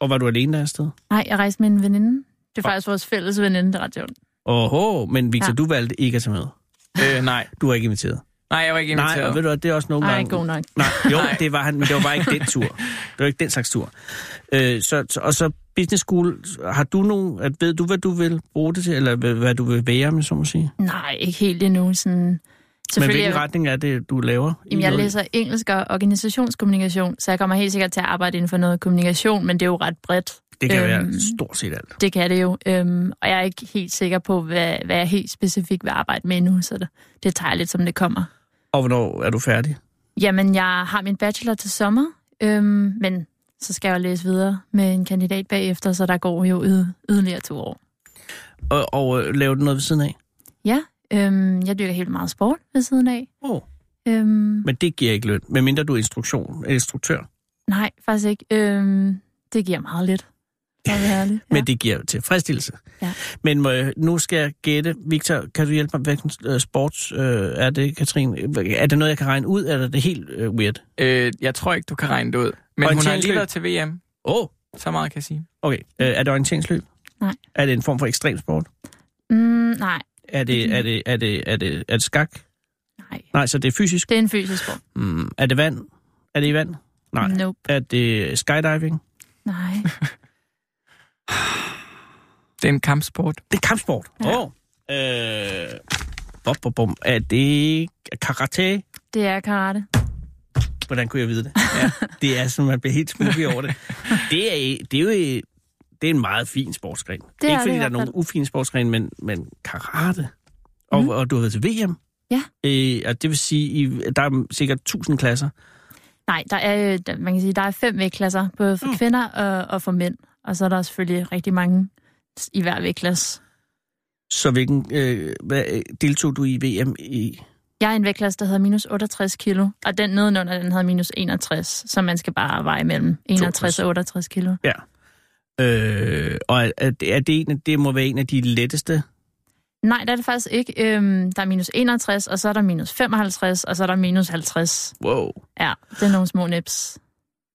[SPEAKER 5] Og var du alene der afsted?
[SPEAKER 11] Nej, jeg rejste med en veninde. Det er
[SPEAKER 5] Og-
[SPEAKER 11] faktisk vores fælles veninde, der er ret sjovt.
[SPEAKER 5] Åhå, men Victor,
[SPEAKER 11] Ja.
[SPEAKER 5] ja. du valgte ikke at tage med.
[SPEAKER 10] Øh, nej.
[SPEAKER 5] Du er ikke inviteret.
[SPEAKER 10] nej, jeg var ikke inviteret.
[SPEAKER 5] Nej, og ved du hvad, det er også nogle
[SPEAKER 11] Ej,
[SPEAKER 5] gange...
[SPEAKER 11] god nok.
[SPEAKER 5] Nej, jo,
[SPEAKER 10] Nej.
[SPEAKER 5] det var han, men det var bare ikke
[SPEAKER 10] (laughs)
[SPEAKER 5] den tur. Det var ikke den slags tur. Øh, så, så- og så business school, har du nogen... at- Ved du, hvad du vil bruge det til, eller hvad, hvad du vil være, om jeg så må sige?
[SPEAKER 11] Nej, ikke helt endnu. Sådan...
[SPEAKER 5] Men
[SPEAKER 11] Selvfølgelig,
[SPEAKER 5] hvilken
[SPEAKER 11] jeg,
[SPEAKER 5] retning er det, du laver? i
[SPEAKER 11] jamen, jeg
[SPEAKER 5] noget?
[SPEAKER 11] læser engelsk og organisationskommunikation, så jeg kommer helt sikkert til at arbejde inden for noget kommunikation, men det er jo ret bredt.
[SPEAKER 5] Det kan øhm...
[SPEAKER 11] Øhm,
[SPEAKER 5] være stort set alt.
[SPEAKER 11] Det kan det jo, øhm, og jeg er ikke helt sikker på, hvad, hvad jeg helt specifikt vil arbejde med endnu, så det, det tager jeg lidt, som det kommer.
[SPEAKER 5] Og hvornår er du færdig?
[SPEAKER 11] Jamen, jeg har min bachelor til sommer, øhm, men så skal jeg jo læse videre med en kandidat bagefter, så der går jo yder, yderligere to år.
[SPEAKER 5] Og, og øh, laver du noget ved siden af?
[SPEAKER 11] Ja, øhm, jeg dyrker helt meget sport ved siden af.
[SPEAKER 5] Oh.
[SPEAKER 11] Øhm,
[SPEAKER 5] Men det giver ikke løn, medmindre du er instruktion, instruktør. Ja.
[SPEAKER 11] nej, faktisk ikke. Øhm, det giver meget lidt. for at være ærlig. Ja.
[SPEAKER 5] (laughs) Men det giver tilfredsstillelse.
[SPEAKER 11] Ja.
[SPEAKER 5] Men må jeg, nu skal jeg gætte. Victor, kan du hjælpe mig? Hvilken øh, sports øh, er det, Katrine? Er det noget, jeg kan regne ud, eller er det helt øh, weird?
[SPEAKER 10] Øh, jeg tror ikke, du kan regne det ud. Men hun har lige
[SPEAKER 5] Orienteringsløb.
[SPEAKER 10] været til VM.
[SPEAKER 5] Åh, oh,
[SPEAKER 10] Så meget kan jeg sige.
[SPEAKER 5] okay. Øh, er det orienteringsløb?
[SPEAKER 11] Nej.
[SPEAKER 5] Er det en form for ekstremsport?
[SPEAKER 11] Mm, nej,
[SPEAKER 5] Er det, er det, er det, er det, er det skak?
[SPEAKER 11] nej.
[SPEAKER 5] Nej, så det er fysisk.
[SPEAKER 11] Det er en fysisk sport.
[SPEAKER 5] Mm, er det vand? Er det i vand? Nej.
[SPEAKER 11] Nope.
[SPEAKER 5] Er det skydiving?
[SPEAKER 11] Nej.
[SPEAKER 10] (laughs) Det er en kampsport.
[SPEAKER 5] Det er kampsport. Åh. Ja. Oh. Øh, bop, bop, bop. Er det karate?
[SPEAKER 9] Det er karate.
[SPEAKER 5] Hvordan kunne jeg vide det? Ja, det er sådan, man bliver helt spooky over det. Det er, det er jo det er en meget fin sportsgren. Det
[SPEAKER 9] er
[SPEAKER 5] ikke fordi,
[SPEAKER 9] det i
[SPEAKER 5] der er
[SPEAKER 9] hvert
[SPEAKER 5] nogen
[SPEAKER 9] fald.
[SPEAKER 5] ufine sportsgren, men, men karate. Og,
[SPEAKER 9] Mhm.
[SPEAKER 5] mm. og du har været til VM.
[SPEAKER 9] Ja.
[SPEAKER 5] Øh, og det vil sige, I- der er sikkert 1000 klasser.
[SPEAKER 9] Nej, der er, øh, der- man kan sige, der er fem vægtklasser, både for
[SPEAKER 5] Mm.
[SPEAKER 9] mm. kvinder og, og for mænd. Og så er der selvfølgelig rigtig mange s- i hver vægtklasse.
[SPEAKER 5] Så hvilken, øh, hvad, øh, deltog du i VM i?
[SPEAKER 9] Jeg er i en vægtklasse, der hedder minus 68 kilo, og den nedenunder, den hedder minus 61, så man skal bare veje mellem 61 og 68 kilo.
[SPEAKER 5] Øh, og er, er det- er det, en, af- det må være en af de letteste?
[SPEAKER 9] Nej, der er det faktisk ikke. Øhm, der er minus 61, og så er der minus 55, og så er der minus 50.
[SPEAKER 5] Wow.
[SPEAKER 9] Ja, det er nogle små nips.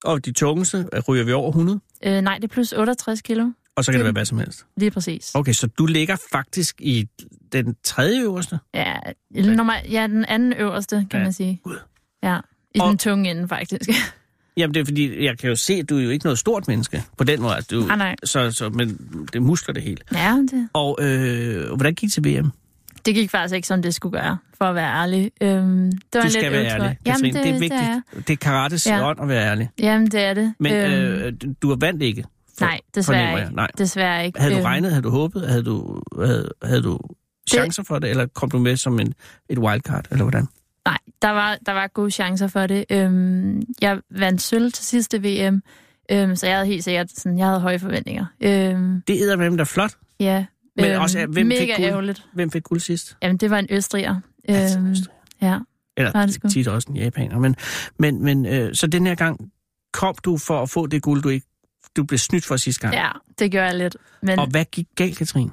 [SPEAKER 5] Og de tungeste øh, ryger vi over 100,
[SPEAKER 9] Øh, nej, det er plus 68 kilo.
[SPEAKER 5] og så kan det
[SPEAKER 9] Det-
[SPEAKER 5] være hvad som helst.
[SPEAKER 9] Lige præcis.
[SPEAKER 5] Okay, så du ligger faktisk i den tredje øverste?
[SPEAKER 9] Ja, eller nummer, ja den anden øverste, kan
[SPEAKER 5] Ja.
[SPEAKER 9] ja. man sige.
[SPEAKER 5] Gud.
[SPEAKER 9] Ja, i
[SPEAKER 5] Og-
[SPEAKER 9] den tunge ende faktisk. (laughs)
[SPEAKER 5] Jamen, det er fordi, jeg kan jo se, at du er jo ikke noget stort menneske på den måde. at Du,
[SPEAKER 9] Ah, Nej, nej.
[SPEAKER 5] Så, så, men det muskler det hele.
[SPEAKER 9] ja, det,
[SPEAKER 5] Og øh, hvordan gik det til VM?
[SPEAKER 9] det gik faktisk ikke, som det skulle gøre, for at være ærlig. Øhm, det var
[SPEAKER 5] Du
[SPEAKER 9] en
[SPEAKER 5] skal
[SPEAKER 9] lidt
[SPEAKER 5] være
[SPEAKER 9] øvtur.
[SPEAKER 5] ærlig,
[SPEAKER 9] Jamen,
[SPEAKER 5] Katrine. Det, er vigtigt.
[SPEAKER 9] Det er,
[SPEAKER 5] Det er, det er karates
[SPEAKER 9] Ja.
[SPEAKER 5] ånd at være ærlig.
[SPEAKER 9] Jamen, det er det. Øhm.
[SPEAKER 5] Men øh, du har vandt ikke. for-
[SPEAKER 9] nej,
[SPEAKER 5] fornemmer
[SPEAKER 9] desværre
[SPEAKER 5] jeg.
[SPEAKER 9] ikke.
[SPEAKER 5] Nej.
[SPEAKER 9] Desværre ikke.
[SPEAKER 5] Havde du
[SPEAKER 9] Øhm,
[SPEAKER 5] regnet? Havde du håbet? Havde du, havde, havde du chancer for det? Eller kom du med som en, et wildcard? Eller hvordan?
[SPEAKER 9] Nej, der var, der var gode chancer for det. Øhm, jeg vandt sølv til sidste VM, øhm, så jeg havde helt sikkert sådan, jeg havde høje forventninger. Øhm,
[SPEAKER 5] Det er hvem der er flot.
[SPEAKER 9] ja, øhm,
[SPEAKER 5] Men også, ja, hvem fik
[SPEAKER 9] mega
[SPEAKER 5] guld?
[SPEAKER 9] ærgerligt.
[SPEAKER 5] Hvem fik guld sidst?
[SPEAKER 9] Jamen, det var en østriger.
[SPEAKER 5] Altså,
[SPEAKER 9] Øhm, ja. var det
[SPEAKER 5] Eller
[SPEAKER 9] sgu.
[SPEAKER 5] tit også en japaner. Men, men, men øh, så den her gang kom du for at få det guld, du ikke du blev snydt for sidste gang.
[SPEAKER 9] ja, det gjorde jeg lidt. Men,
[SPEAKER 5] Og hvad gik galt, Katrine?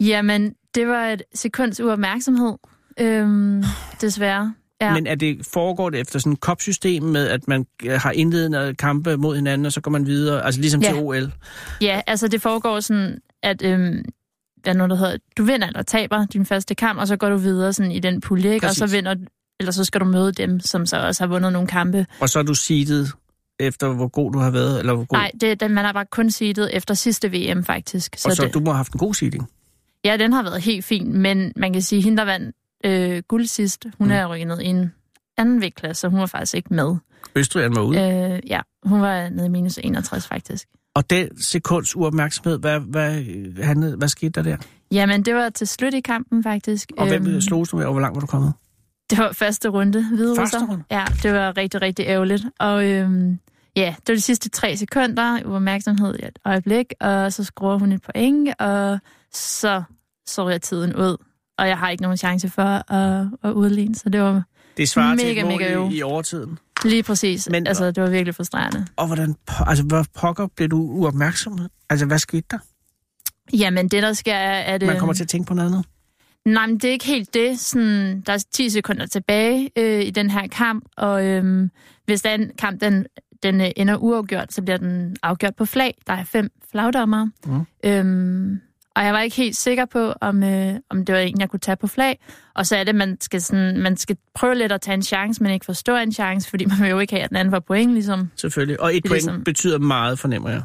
[SPEAKER 9] Jamen, det var et sekunds uopmærksomhed, øhm, desværre. Ja.
[SPEAKER 5] Men er det, foregår det efter sådan et kopsystem med, at man øh, har indledende kampe mod hinanden, og så går man videre, altså ligesom
[SPEAKER 9] Ja.
[SPEAKER 5] til OL?
[SPEAKER 9] Ja, altså det foregår sådan, at øhm, hvad nu der hedder, du vinder eller taber din første kamp, og så går du videre sådan i den pulje, ikke? og så
[SPEAKER 5] Præcis.
[SPEAKER 9] vinder eller så skal du møde dem, som så også har vundet nogle kampe.
[SPEAKER 5] Og så er du seedet efter, hvor god du har været, eller hvor god...
[SPEAKER 9] Nej, det, den, man har bare kun seedet efter sidste VM, faktisk.
[SPEAKER 5] så og så
[SPEAKER 9] det,
[SPEAKER 5] det... du må have haft en god seeding.
[SPEAKER 9] Ja, den har været helt fin, men man kan sige, at hende, der vandt øh, guld sidst, hun
[SPEAKER 5] Mm.
[SPEAKER 9] mm. er rykket ned i en anden vægtklasse, så hun var faktisk ikke med.
[SPEAKER 5] Østrigeren var ude. Ja.
[SPEAKER 9] Øh, ja, hun var nede i minus 61, faktisk.
[SPEAKER 5] Og den sekunds uopmærksomhed, hvad, hvad, øh, handlede, hvad skete der der?
[SPEAKER 9] Jamen, det var til slut i kampen, faktisk.
[SPEAKER 5] Og øhm...
[SPEAKER 9] Øhm,
[SPEAKER 5] hvem slogs du med, og hvor langt var du kommet?
[SPEAKER 9] Det var første runde. Hvide
[SPEAKER 5] Første
[SPEAKER 9] russer.
[SPEAKER 5] runde?
[SPEAKER 9] Ja, det var rigtig, rigtig ærgerligt. Og øhm, ja, det var de sidste tre sekunder, uopmærksomhed i et øjeblik, og så scorer hun et point, og så så jeg tiden ud. Og jeg har ikke nogen chance for at, at udligne, så det var
[SPEAKER 5] Det svarer til
[SPEAKER 9] Mega,
[SPEAKER 5] et mål
[SPEAKER 9] mega øv.
[SPEAKER 5] i, i overtiden.
[SPEAKER 9] lige præcis.
[SPEAKER 5] Men-
[SPEAKER 9] Men, altså, det var virkelig frustrerende.
[SPEAKER 5] Og hvordan, po- altså, hvor pokker blev du uopmærksom? Altså, hvad skete der?
[SPEAKER 9] Jamen, det der sker er, at...
[SPEAKER 5] Man
[SPEAKER 9] øhm,
[SPEAKER 5] kommer til at tænke på noget andet.
[SPEAKER 9] Nej, men det er ikke helt det. Sådan, der er 10 sekunder tilbage øh, i den her kamp, og øh, hvis den kamp den, den øh, ender uafgjort, så bliver den afgjort på flag. Der er fem flagdommer.
[SPEAKER 5] Mm.
[SPEAKER 9] Mm. Øhm, og jeg var ikke helt sikker på, om, øh, om det var en, jeg kunne tage på flag. Og så er det, at man skal, sådan, man skal prøve lidt at tage en chance, men ikke forstå en chance, fordi man vil jo ikke have, at den anden får point, ligesom.
[SPEAKER 5] Selvfølgelig. Og et
[SPEAKER 9] Det er
[SPEAKER 5] point ligesom...
[SPEAKER 9] ligesom-
[SPEAKER 5] betyder meget, fornemmer jeg.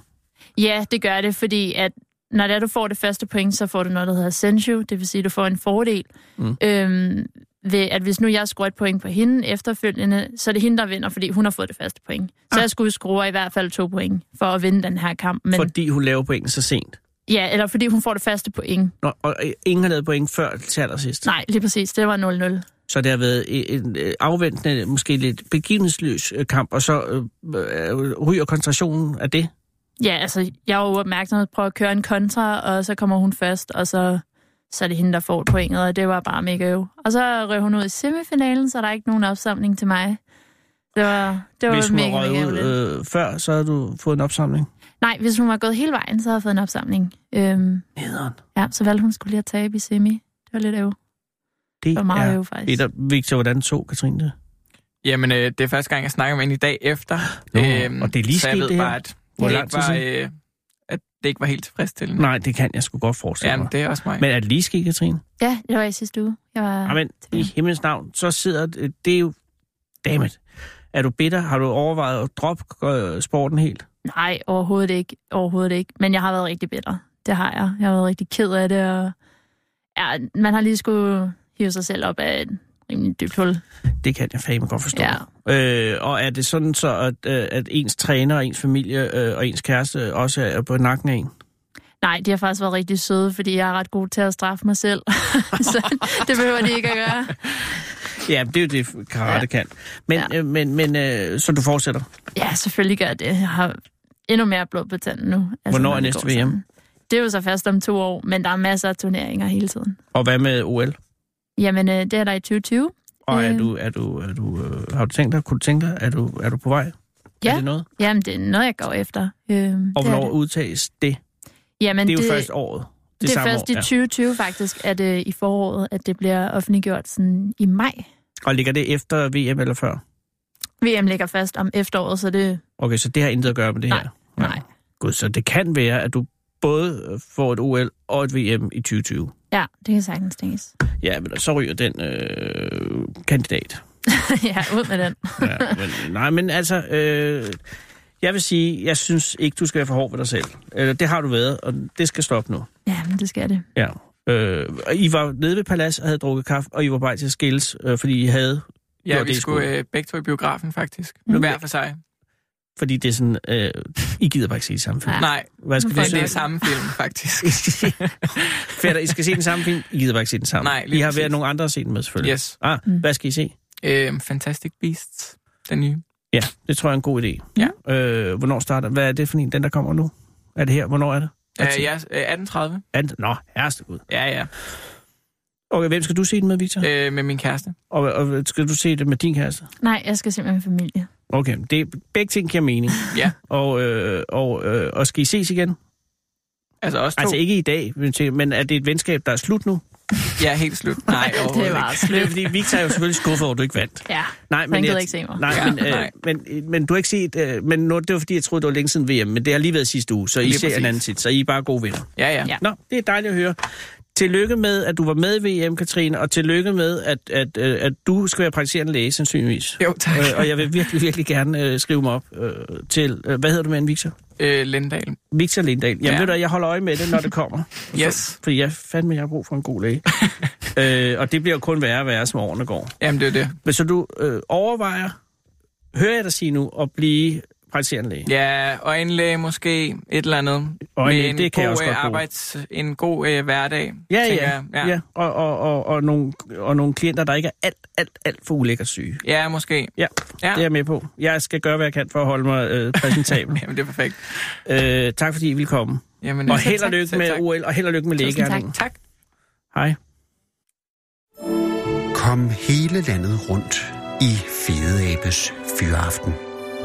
[SPEAKER 9] Ja, det gør det, fordi at når det er, du får det første point, så får du noget, der hedder Senshu, det vil sige, at du får en fordel.
[SPEAKER 5] Mm.
[SPEAKER 9] Mm. Øhm, ved, at hvis nu jeg scorer et point på hende efterfølgende, så er det hende, der vinder, fordi hun har fået det første point. Så
[SPEAKER 5] Ah.
[SPEAKER 9] jeg skulle score i hvert fald to point for at vinde den her kamp. Men,
[SPEAKER 5] Men...
[SPEAKER 9] for...
[SPEAKER 5] Fordi hun laver pointen så sent.
[SPEAKER 9] Ja, eller fordi hun får det første point.
[SPEAKER 5] Nå, og øh, ingen har lavet point før til allersidst.
[SPEAKER 9] Nej, lige præcis, det var 0-0.
[SPEAKER 5] Så det har været en øh, afventende, måske lidt begivenhedsløs øh, kamp, og så øh, øh, ryger koncentrationen af det.
[SPEAKER 9] Ja, altså, jeg var uopmærksom at prøve at køre en kontra, og så kommer hun først, og så, så er det hende, der får pointet, og det var bare mega øv. Og så røg hun ud i semifinalen, så der er ikke nogen opsamling til mig. Det var, det var
[SPEAKER 5] Hvis hun
[SPEAKER 9] mega,
[SPEAKER 5] var
[SPEAKER 9] mega
[SPEAKER 5] røget
[SPEAKER 9] ærgerligt.
[SPEAKER 5] ud øh, før, så har du fået en opsamling.
[SPEAKER 9] Nej, hvis hun var gået hele vejen, så havde jeg fået en opsamling. Øhm,
[SPEAKER 5] Nederen.
[SPEAKER 9] ja, så valgte hun skulle lige at tabe i semi. Det var lidt øv.
[SPEAKER 5] Det
[SPEAKER 9] Det var meget
[SPEAKER 5] er
[SPEAKER 9] øv, faktisk.
[SPEAKER 5] Peter, Victor, hvordan så Katrine det?
[SPEAKER 10] Jamen, øh, det er første gang, jeg snakker med hende i dag efter. Øhm,
[SPEAKER 5] Nå, og det er lige
[SPEAKER 10] så jeg
[SPEAKER 5] sket,
[SPEAKER 10] ved
[SPEAKER 5] det her?
[SPEAKER 10] bare, at
[SPEAKER 5] Hvor
[SPEAKER 10] det,
[SPEAKER 5] lang
[SPEAKER 10] ikke
[SPEAKER 5] tid
[SPEAKER 10] var,
[SPEAKER 5] siden?
[SPEAKER 10] øh, at det ikke var helt tilfredsstillende.
[SPEAKER 5] Nej, det kan jeg sgu godt forestille
[SPEAKER 10] Jamen,
[SPEAKER 5] mig.
[SPEAKER 10] det er også mig.
[SPEAKER 5] Men er det lige sket, Katrine?
[SPEAKER 9] Ja, det var i sidste uge. Jeg var...
[SPEAKER 5] Ja, men i
[SPEAKER 9] det-
[SPEAKER 5] himlens navn, så sidder det, det er jo... Dammit. Er du bitter? Har du overvejet at droppe øh, sporten helt?
[SPEAKER 9] Nej, overhovedet ikke. Overhovedet ikke. Men jeg har været rigtig bitter.
[SPEAKER 11] det har jeg. Jeg har været rigtig ked af det, og ja, man har lige skulle hive sig selv op af et rimelig dybt hul.
[SPEAKER 5] Det kan jeg fandme godt forstå. Ja. Øh, og er det sådan så, at, øh, at ens træner, ens familie øh, og ens kæreste også er på nakken af en?
[SPEAKER 11] Nej, de har faktisk været rigtig søde, fordi jeg er ret god til at straffe mig selv. så det behøver de ikke at gøre.
[SPEAKER 5] Ja, det er jo det, karate ja.
[SPEAKER 11] Ja.
[SPEAKER 5] kan. Men, ja.
[SPEAKER 11] Ja.
[SPEAKER 5] øh, men, men øh, så du fortsætter?
[SPEAKER 11] Ja, selvfølgelig gør jeg det. Jeg har endnu mere blod på tanden nu.
[SPEAKER 5] Hvornår
[SPEAKER 11] Altså, når
[SPEAKER 5] er
[SPEAKER 11] det
[SPEAKER 5] næste
[SPEAKER 11] går
[SPEAKER 5] VM?
[SPEAKER 11] sådan. Det er jo så først om to år, men der er masser af turneringer hele tiden.
[SPEAKER 5] Og hvad med OL?
[SPEAKER 11] Jamen, øh, det er der i 2020.
[SPEAKER 5] Og er
[SPEAKER 11] Øh.
[SPEAKER 5] du, er du, er du, øh, har du tænkt dig, kunne du tænke dig, er du, er du på vej?
[SPEAKER 11] Ja.
[SPEAKER 5] Er det noget?
[SPEAKER 11] Jamen, det er noget, jeg går efter. Øhm,
[SPEAKER 5] Og
[SPEAKER 11] det er
[SPEAKER 5] hvornår
[SPEAKER 11] det.
[SPEAKER 5] udtages det?
[SPEAKER 11] Jamen,
[SPEAKER 5] det er jo først året.
[SPEAKER 11] det, det er
[SPEAKER 5] samme
[SPEAKER 11] først
[SPEAKER 5] år,
[SPEAKER 11] i 2020 faktisk, at øh, i foråret, at det bliver offentliggjort sådan i maj.
[SPEAKER 5] Og ligger det efter VM eller før?
[SPEAKER 11] VM ligger først om efteråret, så det...
[SPEAKER 5] Okay, så det har intet at gøre med det
[SPEAKER 11] Nej,
[SPEAKER 5] her?
[SPEAKER 11] nej.
[SPEAKER 5] Gud, så det kan være, at du både øh, får et OL og et VM i 2020.
[SPEAKER 11] Ja, det kan sagtens
[SPEAKER 9] (laughs)
[SPEAKER 11] tænkes.
[SPEAKER 5] Ja, men så ryger den øh, kandidat.
[SPEAKER 11] ja, ud med den.
[SPEAKER 10] (laughs)
[SPEAKER 5] Ja, men, nej, men altså, øh, jeg vil sige, jeg synes ikke, du skal være for hård ved dig selv. Øh, det har du været, og det skal stoppe nu.
[SPEAKER 11] Ja, men det skal det.
[SPEAKER 5] Ja. Øh, og I var nede ved Palas og havde drukket kaffe, og I var på vej til at skilles, øh, fordi I havde...
[SPEAKER 10] Ja,
[SPEAKER 5] Jo,
[SPEAKER 10] vi
[SPEAKER 5] det er sgu-
[SPEAKER 10] skulle øh, begge to i biografen, faktisk.
[SPEAKER 11] Mm.
[SPEAKER 10] Hver for sig.
[SPEAKER 5] Fordi det er sådan... Øh, I gider bare ikke se de samme film.
[SPEAKER 11] Ja.
[SPEAKER 10] Nej,
[SPEAKER 5] Hvad skal
[SPEAKER 11] Nu
[SPEAKER 5] vi
[SPEAKER 10] men
[SPEAKER 11] får
[SPEAKER 10] det er
[SPEAKER 5] se?
[SPEAKER 10] samme film,
[SPEAKER 5] (laughs)
[SPEAKER 10] faktisk.
[SPEAKER 5] Fætter, I skal se den samme film. I gider bare ikke se den samme.
[SPEAKER 10] (laughs) Nej, lige
[SPEAKER 5] I har
[SPEAKER 10] præcis.
[SPEAKER 5] været nogle andre at se den med, selvfølgelig.
[SPEAKER 10] Yes.
[SPEAKER 5] Ah,
[SPEAKER 11] Mm.
[SPEAKER 5] hvad skal I se?
[SPEAKER 10] Øh, Fantastic Beasts, den nye.
[SPEAKER 5] Ja, det tror jeg er en god idé.
[SPEAKER 10] Ja.
[SPEAKER 5] Øh, hvornår starter... Hvad er det for en, den der kommer nu? Er det her? Hvornår er det? Hvad tid?
[SPEAKER 10] Øh, ja, øh, 18.30.
[SPEAKER 5] Andet? Nå, herreste ud.
[SPEAKER 10] Ja, ja.
[SPEAKER 5] Okay, hvem skal du se den med, Victor?
[SPEAKER 10] Øh, med min kæreste.
[SPEAKER 5] Og, og skal du se det med din kæreste?
[SPEAKER 11] Nej, jeg skal se med min familie.
[SPEAKER 5] Okay, det, begge ting giver mening.
[SPEAKER 10] (laughs) Ja.
[SPEAKER 5] Og, øh, og, øh, og skal I ses igen? To.
[SPEAKER 10] Altså også to.
[SPEAKER 5] Altså ikke i dag, vil jeg sige, men er det et venskab, der er slut nu?
[SPEAKER 10] Ja, helt
[SPEAKER 5] (laughs)
[SPEAKER 10] slut. Nej,
[SPEAKER 11] det
[SPEAKER 10] overhovedet
[SPEAKER 11] var
[SPEAKER 10] ikke.
[SPEAKER 5] Det er
[SPEAKER 11] slut.
[SPEAKER 5] fordi, Victor er jo selvfølgelig skuffet over, at du ikke vandt.
[SPEAKER 11] Ja,
[SPEAKER 5] Nej,
[SPEAKER 11] han
[SPEAKER 5] men,
[SPEAKER 11] gider
[SPEAKER 5] jeg,
[SPEAKER 11] ikke se mig.
[SPEAKER 5] nej,
[SPEAKER 10] Ja,
[SPEAKER 5] men, øh,
[SPEAKER 10] nej.
[SPEAKER 5] men, men du har ikke set... Øh, men nu, det var fordi, jeg troede, det var længe siden VM, men det har lige været sidste uge, så I
[SPEAKER 10] Lige
[SPEAKER 5] ser
[SPEAKER 10] præcis.
[SPEAKER 5] hinanden tit, så I er bare gode venner.
[SPEAKER 10] Ja, ja.
[SPEAKER 11] Ja.
[SPEAKER 5] Nå, det er dejligt at høre. Tillykke med, at du var med i VM, Katrine, og tillykke med, at, at, øh, at du skal være praktiserende læge, sandsynligvis.
[SPEAKER 10] Jo, tak.
[SPEAKER 5] Øh, og jeg vil virkelig, virkelig gerne øh, skrive mig op øh, til... Øh, hvad hedder du med en Victor?
[SPEAKER 10] Øh, Lindal.
[SPEAKER 5] Victor Lindahl. Jamen ja.
[SPEAKER 10] Ja.
[SPEAKER 5] ved du, hvad, jeg holder øje med det, når det kommer.
[SPEAKER 10] Yes.
[SPEAKER 5] Fordi jeg fandme, jeg har brug for en god læge. øh, og det bliver jo kun værre og værre, som årene går.
[SPEAKER 10] Jamen, det er det.
[SPEAKER 5] Men så du øh, overvejer, hører jeg dig sige nu, at blive praktiserende læge?
[SPEAKER 10] Ja, øjenlæge måske, et eller andet.
[SPEAKER 5] Øjenlæge,
[SPEAKER 10] Med en
[SPEAKER 5] det kan jeg
[SPEAKER 10] god,
[SPEAKER 5] også godt
[SPEAKER 10] øh,
[SPEAKER 5] bruge.
[SPEAKER 10] arbejds, En god øh, hverdag,
[SPEAKER 5] Ja,
[SPEAKER 10] tænker
[SPEAKER 5] ja,
[SPEAKER 10] jeg.
[SPEAKER 5] ja. ja. Og, og, og, og, nogle, og nogle klienter, der ikke er alt, alt, alt for ulækkert syge.
[SPEAKER 10] Ja, måske.
[SPEAKER 5] Ja, ja,
[SPEAKER 10] Ja.
[SPEAKER 5] det er jeg med på. Jeg skal gøre, hvad jeg kan for at holde mig øh,
[SPEAKER 10] (laughs)
[SPEAKER 5] præsentabel.
[SPEAKER 10] Jamen, det er perfekt.
[SPEAKER 5] øh, tak fordi I vil komme.
[SPEAKER 10] Jamen,
[SPEAKER 5] Og
[SPEAKER 10] øh,
[SPEAKER 5] held og
[SPEAKER 10] tak,
[SPEAKER 5] lykke
[SPEAKER 10] selv
[SPEAKER 5] med
[SPEAKER 10] tak.
[SPEAKER 5] OL, og held og lykke med
[SPEAKER 11] Tusind
[SPEAKER 5] lægegærningen.
[SPEAKER 10] Tak.
[SPEAKER 5] Hej.
[SPEAKER 3] Kom hele landet rundt i Fede Abes Fyraften.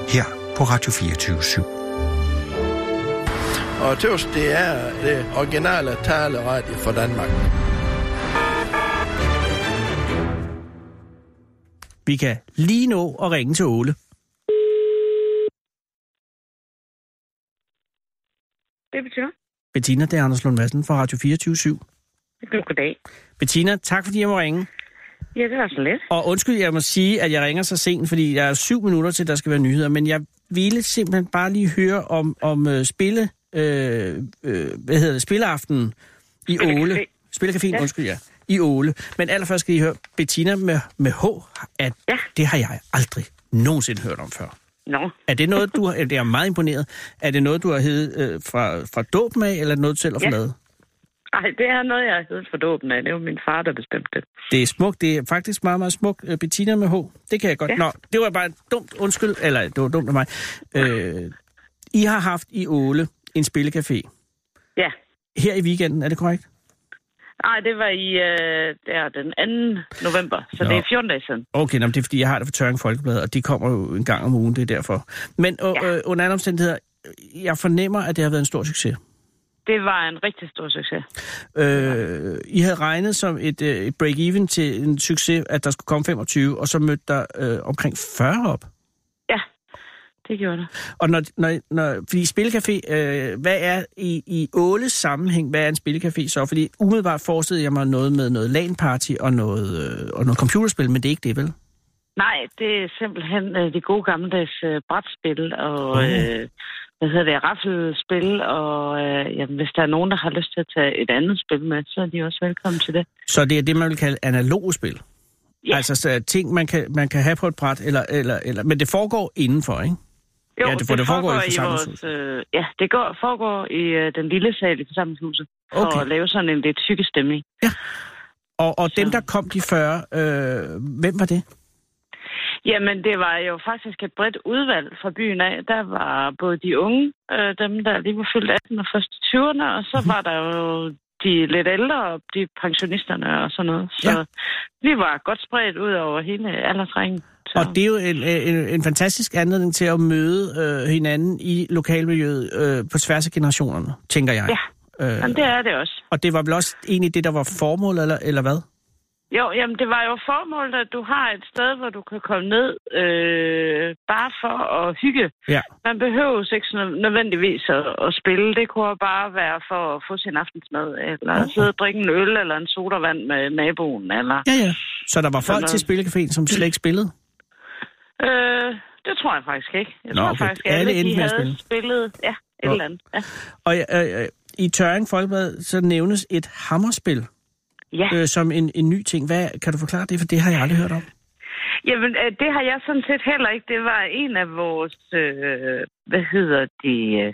[SPEAKER 3] Her på Radio 24 7.
[SPEAKER 8] Og tøs, det er det originale taleradio for Danmark.
[SPEAKER 5] Vi kan lige nå at ringe til Ole.
[SPEAKER 7] Det betyder.
[SPEAKER 5] Bettina, det er Anders Lund Madsen fra Radio 24
[SPEAKER 7] Nu, goddag.
[SPEAKER 5] Bettina, tak fordi jeg må ringe.
[SPEAKER 7] Ja, det var så let.
[SPEAKER 5] Og undskyld, jeg må sige, at jeg ringer så sent, fordi jeg er syv minutter til, der skal være nyheder, men jeg ville simpelthen bare lige høre om, om uh, spille, øh, øh, hvad hedder det, spilleaftenen i Åle. Spillecaféen, ja. undskyld, ja. I Åle. Men allerførst skal I høre Bettina med, med H, at ja.
[SPEAKER 7] Ja.
[SPEAKER 5] det har jeg aldrig nogensinde hørt om før.
[SPEAKER 7] Nå,
[SPEAKER 5] Er det noget, du har, (laughs) det er meget imponeret, er det noget, du har hed øh, fra, fra dåb med, eller er det noget, du selv har
[SPEAKER 7] Ja.
[SPEAKER 5] fået lavet?
[SPEAKER 7] Ej, det er noget, jeg havde for dåben af. Det var min far, der bestemte det.
[SPEAKER 5] Det er smukt. Det er faktisk meget, meget smukt. Øh, Bettina med H. Det kan jeg godt. Ja.
[SPEAKER 7] Ja.
[SPEAKER 5] Nå, det var bare et dumt undskyld. Eller, det var dumt af mig. Øh, I har haft i Åle en spillecafé.
[SPEAKER 7] Ja.
[SPEAKER 5] Her i weekenden, er det korrekt?
[SPEAKER 7] Ej, det var i øh, der den 2. november, så
[SPEAKER 5] Nå.
[SPEAKER 7] Nå. det er 14 dage siden.
[SPEAKER 5] Okay, nå, men det er fordi, jeg har det for Tøring Folkeblad, og de kommer jo en gang om ugen, det er derfor. Men ja.
[SPEAKER 7] Ja.
[SPEAKER 5] øh, under andre omstændigheder, jeg fornemmer, at det har været en stor succes.
[SPEAKER 7] Det var en rigtig stor succes.
[SPEAKER 5] Øh, I havde regnet som et, øh, et break-even til en succes, at der skulle komme 25, og så mødte der øh, omkring 40 op.
[SPEAKER 7] Ja, det gjorde det.
[SPEAKER 5] Og når, når, når, fordi spillecafé, øh, hvad er i, i Åles sammenhæng, hvad er en spillecafé så? Fordi umiddelbart forestillede jeg mig noget med noget LAN-party og noget, øh, og noget computerspil, men det er ikke det, vel?
[SPEAKER 6] Nej, det er simpelthen øh, de gode gammeldags øh, brætspil og øh, hvad hedder det, raffelspil, og øh, jamen, hvis der er nogen, der har lyst til at tage et andet spil med, så er de også velkommen til det.
[SPEAKER 5] Så det er det, man vil kalde analoge spil? Ja. Altså så ting, man kan, man kan have på et bræt, eller, eller, eller, men det foregår indenfor, ikke?
[SPEAKER 6] Jo,
[SPEAKER 5] ja, det, for det, foregår, i forsamlingshuset.
[SPEAKER 6] vores, øh, Ja, det går, foregår i øh, den lille sal i forsamlingshuset, for
[SPEAKER 5] Okay.
[SPEAKER 6] at lave sådan en lidt tykke stemning.
[SPEAKER 5] Og, og dem, der kom de 40, øh, hvem var det?
[SPEAKER 6] Jamen, det var jo faktisk et bredt udvalg fra byen af. Der var både de unge, øh, dem der lige var fyldt 18 og første 20'erne, og
[SPEAKER 5] Mhm.
[SPEAKER 6] så var der jo de lidt ældre, og de pensionisterne og sådan noget. Så ja. vi var godt spredt ud over hele aldersringen.
[SPEAKER 5] Og det er jo en, en, en fantastisk anledning til at møde øh, hinanden i lokalmiljøet øh, på tværs af generationerne, tænker jeg. Ja, øh,
[SPEAKER 6] Jamen, det er det også.
[SPEAKER 5] Og det var vel også egentlig det, der var formålet, eller, eller hvad?
[SPEAKER 6] Jo, jamen det var jo formålet, at du har et sted, hvor du kan komme ned øh, bare for at hygge.
[SPEAKER 5] Ja.
[SPEAKER 6] Man behøver ikke sådan nødvendigvis at, at spille. Det kunne bare være for at få sin aftensmad, eller okay. sidde og drikke en øl eller en sodavand med naboen. Eller,
[SPEAKER 5] Ja, ja. Så der var folk
[SPEAKER 6] Sådan
[SPEAKER 5] til spillecaféen, som slet ikke spillede?
[SPEAKER 6] øh, det tror jeg faktisk ikke. Jeg
[SPEAKER 5] Nå,
[SPEAKER 6] tror
[SPEAKER 5] okay.
[SPEAKER 6] faktisk,
[SPEAKER 5] Alle
[SPEAKER 6] alle,
[SPEAKER 5] endte
[SPEAKER 6] de
[SPEAKER 5] med at
[SPEAKER 6] havde
[SPEAKER 5] spille.
[SPEAKER 6] spillet ja, et
[SPEAKER 5] Nå.
[SPEAKER 6] eller andet. Ja.
[SPEAKER 5] Og øh, øh, i Tøring Folkeblad, så nævnes et hammerspil
[SPEAKER 6] Ja.
[SPEAKER 5] øh, som en, en ny ting. Hvad, kan du forklare det? For det har jeg aldrig hørt om.
[SPEAKER 6] Jamen, øh, det har jeg sådan set heller ikke. Det var en af vores, øh, hvad hedder de, øh,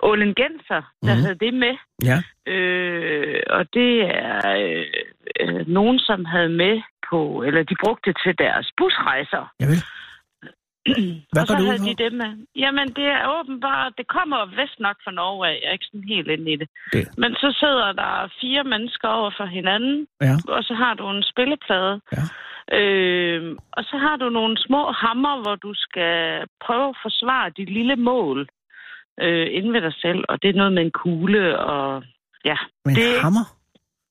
[SPEAKER 6] Olen Genser, der
[SPEAKER 5] Mhm.
[SPEAKER 6] mm. havde det med.
[SPEAKER 5] Ja.
[SPEAKER 6] Øh, og det er øh, øh, nogen, som havde med på, eller de brugte det til deres busrejser.
[SPEAKER 5] Jamen. Hvad
[SPEAKER 6] og så
[SPEAKER 5] går det ud
[SPEAKER 6] havde
[SPEAKER 5] på?
[SPEAKER 6] de det med. Jamen, det er åbenbart, det kommer vist nok fra Norge, af. jeg er ikke sådan helt inde i det.
[SPEAKER 5] Det.
[SPEAKER 6] Men så sidder der fire mennesker over for hinanden,
[SPEAKER 5] Ja.
[SPEAKER 6] og så har du en spilleplade.
[SPEAKER 5] Ja.
[SPEAKER 6] Øh, og så har du nogle små hammer, hvor du skal prøve at forsvare dit lille mål øh, inde ved dig selv. Og det er noget med en kugle, og ja.
[SPEAKER 5] Men
[SPEAKER 6] det, er
[SPEAKER 5] det...
[SPEAKER 6] ikke-
[SPEAKER 5] hammer?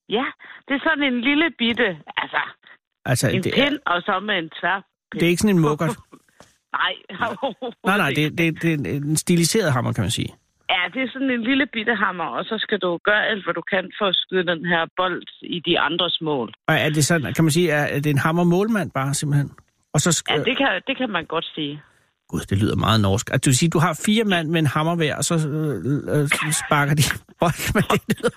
[SPEAKER 6] Ja, det er sådan en lille bitte, altså
[SPEAKER 5] Altså,
[SPEAKER 6] en
[SPEAKER 5] det, er,
[SPEAKER 6] pind, og så med en tvær.
[SPEAKER 5] det er ikke sådan en
[SPEAKER 6] (laughs)
[SPEAKER 5] mukkert.
[SPEAKER 6] Nej, (laughs)
[SPEAKER 5] Nej, nej, det, det, det er en stiliseret hammer, kan man sige.
[SPEAKER 6] Ja, det er sådan en lille bitte hammer, og så skal du gøre alt, hvad du kan for at skyde den her bold i de andres mål.
[SPEAKER 5] Og er det sådan, kan man sige, er, er det en hammer-målmand bare simpelthen? Og så
[SPEAKER 6] Ja,
[SPEAKER 5] skal...
[SPEAKER 6] det kan, det kan man godt sige.
[SPEAKER 5] Gud, det lyder meget norsk. At du siger, du har fire mand med en hammer hver, og så øh, øh, sparker de (laughs) bold, men det lyder...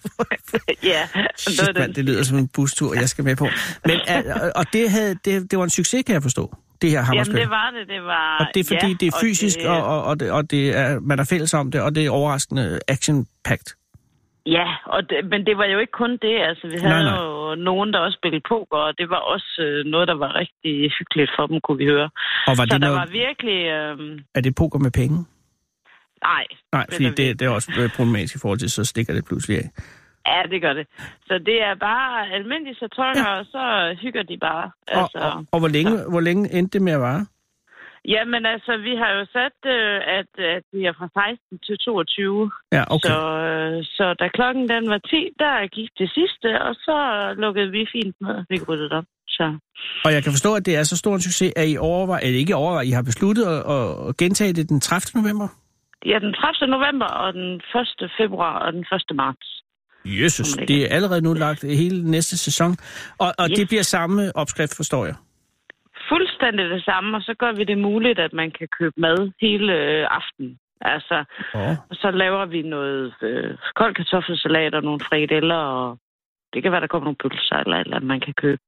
[SPEAKER 6] ja, det var
[SPEAKER 5] Shit, mand,
[SPEAKER 6] den.
[SPEAKER 5] det lyder som en bustur, jeg skal med på. Men, øh, og det, havde, det, det var en succes, kan jeg forstå, det her hammerspil.
[SPEAKER 6] Jamen, det var det, det var...
[SPEAKER 5] Og det er fordi,
[SPEAKER 6] ja,
[SPEAKER 5] det er fysisk, og,
[SPEAKER 6] det-
[SPEAKER 5] det... og, og, og, det, og det er, man er fælles om det, og det er overraskende action-packed.
[SPEAKER 6] Ja, og det, men det var jo ikke kun det. Altså, vi havde
[SPEAKER 5] Nej, nej.
[SPEAKER 6] jo nogen, der også spillede poker, og det var også øh, noget, der var rigtig hyggeligt for dem, kunne vi høre.
[SPEAKER 5] Og var
[SPEAKER 6] Så
[SPEAKER 5] det
[SPEAKER 6] der
[SPEAKER 5] noget-
[SPEAKER 6] var virkelig... Øh,
[SPEAKER 5] Er det poker med penge?
[SPEAKER 6] nej,
[SPEAKER 5] Nej,
[SPEAKER 6] Det
[SPEAKER 5] fordi
[SPEAKER 6] er der
[SPEAKER 5] det, det er også øh, problematisk i forhold til, så stikker det pludselig af.
[SPEAKER 6] ja, det gør det. Så det er bare almindelige satonger, ja. og så hygger de bare. altså.
[SPEAKER 5] Og, og, og hvor, længe, hvor længe endte det med at vare?
[SPEAKER 6] Jamen altså, vi har jo sat, øh, at, at vi er fra 16 til 22.
[SPEAKER 5] Ja, okay.
[SPEAKER 6] Så, øh, så da klokken den var 10, der gik det sidste, og så lukkede vi fint ned, og fik ryddet op. Så
[SPEAKER 5] Og jeg kan forstå, at det er så stor en succes, at I overvejer, eller ikke overvejer, I har besluttet at, at gentage det den 30. november?
[SPEAKER 6] ja, den 30. november, og den 1. februar, og den 1. marts.
[SPEAKER 5] Jesus,
[SPEAKER 6] Omlægget.
[SPEAKER 5] det er allerede nu lagt hele næste sæson. Og, og det bliver samme opskrift, forstår jeg.
[SPEAKER 6] Fuldstændig det samme, og så gør vi det muligt, at man kan købe mad hele øh, aftenen. Altså,
[SPEAKER 5] Oh.
[SPEAKER 6] og så laver vi noget øh, kold kartoffelsalat og nogle frikadeller, og det kan være, der kommer nogle pølser eller et eller andet, man kan købe.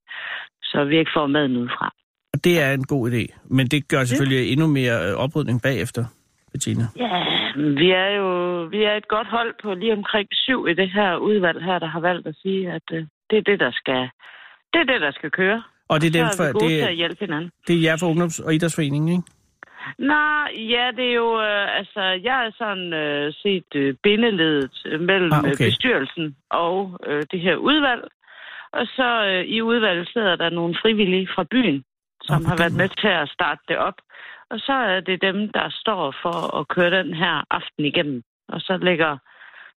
[SPEAKER 6] Så vi ikke får maden udefra.
[SPEAKER 5] Og det er en god idé. Men det gør selvfølgelig endnu mere øh, oprydning bagefter, Bettina.
[SPEAKER 6] Ja, vi er jo vi er et godt hold på lige omkring syv i det her udvalg her, der har valgt at sige, at øh, det er det, der skal, det er det, der skal køre.
[SPEAKER 5] Og det er dem
[SPEAKER 6] så er vi
[SPEAKER 5] fra-
[SPEAKER 6] gode
[SPEAKER 5] det-
[SPEAKER 6] til at hjælpe hinanden.
[SPEAKER 5] Det er jer fra Ungdoms- og Idrætsforeningen, ikke?
[SPEAKER 6] Nå, ja, det er jo, øh, altså, jeg er sådan øh, set øh, bindeledet øh, mellem
[SPEAKER 5] Ah,
[SPEAKER 6] ah,
[SPEAKER 5] okay.
[SPEAKER 6] okay. bestyrelsen og øh, det her udvalg. Og så øh, i udvalget sidder der nogle frivillige fra byen, som har været med til at starte det op. Og så er det dem, der står for at køre den her aften igennem. Og så lægger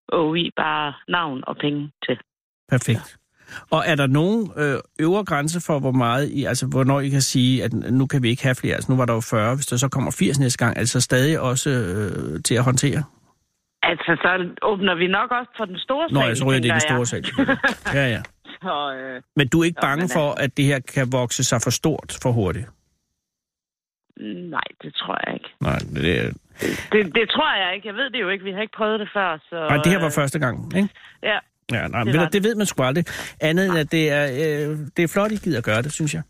[SPEAKER 6] OI bare navn og penge til.
[SPEAKER 5] Perfekt. Og er der nogen øh, øvre grænse for, hvor meget I, altså hvornår I kan sige, at nu kan vi ikke have flere? Altså nu var der jo 40, hvis der så kommer 80 næste gang, altså stadig også øh, til at håndtere?
[SPEAKER 6] Altså, så åbner vi nok også for den store sal.
[SPEAKER 5] Nå, jeg så ryger det i den
[SPEAKER 6] tænker
[SPEAKER 5] store
[SPEAKER 6] jeg.
[SPEAKER 5] sal. selvfølgelig. Ja, ja.
[SPEAKER 6] Så, øh,
[SPEAKER 5] Men du er ikke
[SPEAKER 6] Nå,
[SPEAKER 5] bange
[SPEAKER 6] men, øh,
[SPEAKER 5] for, at det her kan vokse sig for stort for hurtigt?
[SPEAKER 6] Nej, det tror jeg ikke.
[SPEAKER 5] Nej, det er...
[SPEAKER 6] Det, det tror jeg ikke. Jeg ved det jo ikke. Vi har ikke prøvet det før, så...
[SPEAKER 5] Nej, det her var
[SPEAKER 6] øh,
[SPEAKER 5] første gang, ikke?
[SPEAKER 6] Ja,
[SPEAKER 5] Ja, nej,
[SPEAKER 6] Det
[SPEAKER 5] det, ved,
[SPEAKER 6] var
[SPEAKER 5] du, det ved man sgu aldrig. Andet end, at det er, øh, det er flot, I gider at gøre det, synes jeg.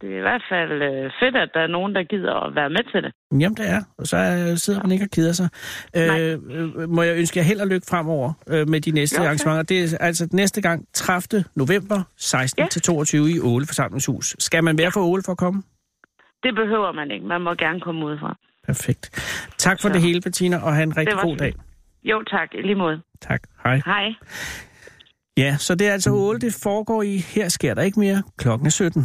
[SPEAKER 6] det er i hvert fald øh, fedt, at der er nogen, der gider at være med til det.
[SPEAKER 5] Jamen, det er. Og så øh, sidder man ikke og keder sig. Øh, øh, må jeg ønske jer held og lykke fremover øh, med de næste
[SPEAKER 6] Jo,
[SPEAKER 5] okay.
[SPEAKER 6] tak.
[SPEAKER 5] arrangementer. Det er altså næste gang 30. november 16-22 i Åle Forsamlingshus. Skal man være for Åle for at komme?
[SPEAKER 6] Det behøver man ikke. Man må gerne komme udefra.
[SPEAKER 5] Perfekt. Tak for
[SPEAKER 6] Så.
[SPEAKER 5] det hele, Bettina, og have en rigtig
[SPEAKER 6] var
[SPEAKER 5] god dag.
[SPEAKER 6] fint. Jo, tak. I lige måde.
[SPEAKER 5] Tak. Hej.
[SPEAKER 6] Hej. Mm.
[SPEAKER 5] Ja, så det er altså Åle, det foregår i. Her sker der ikke mere. Klokken er 17.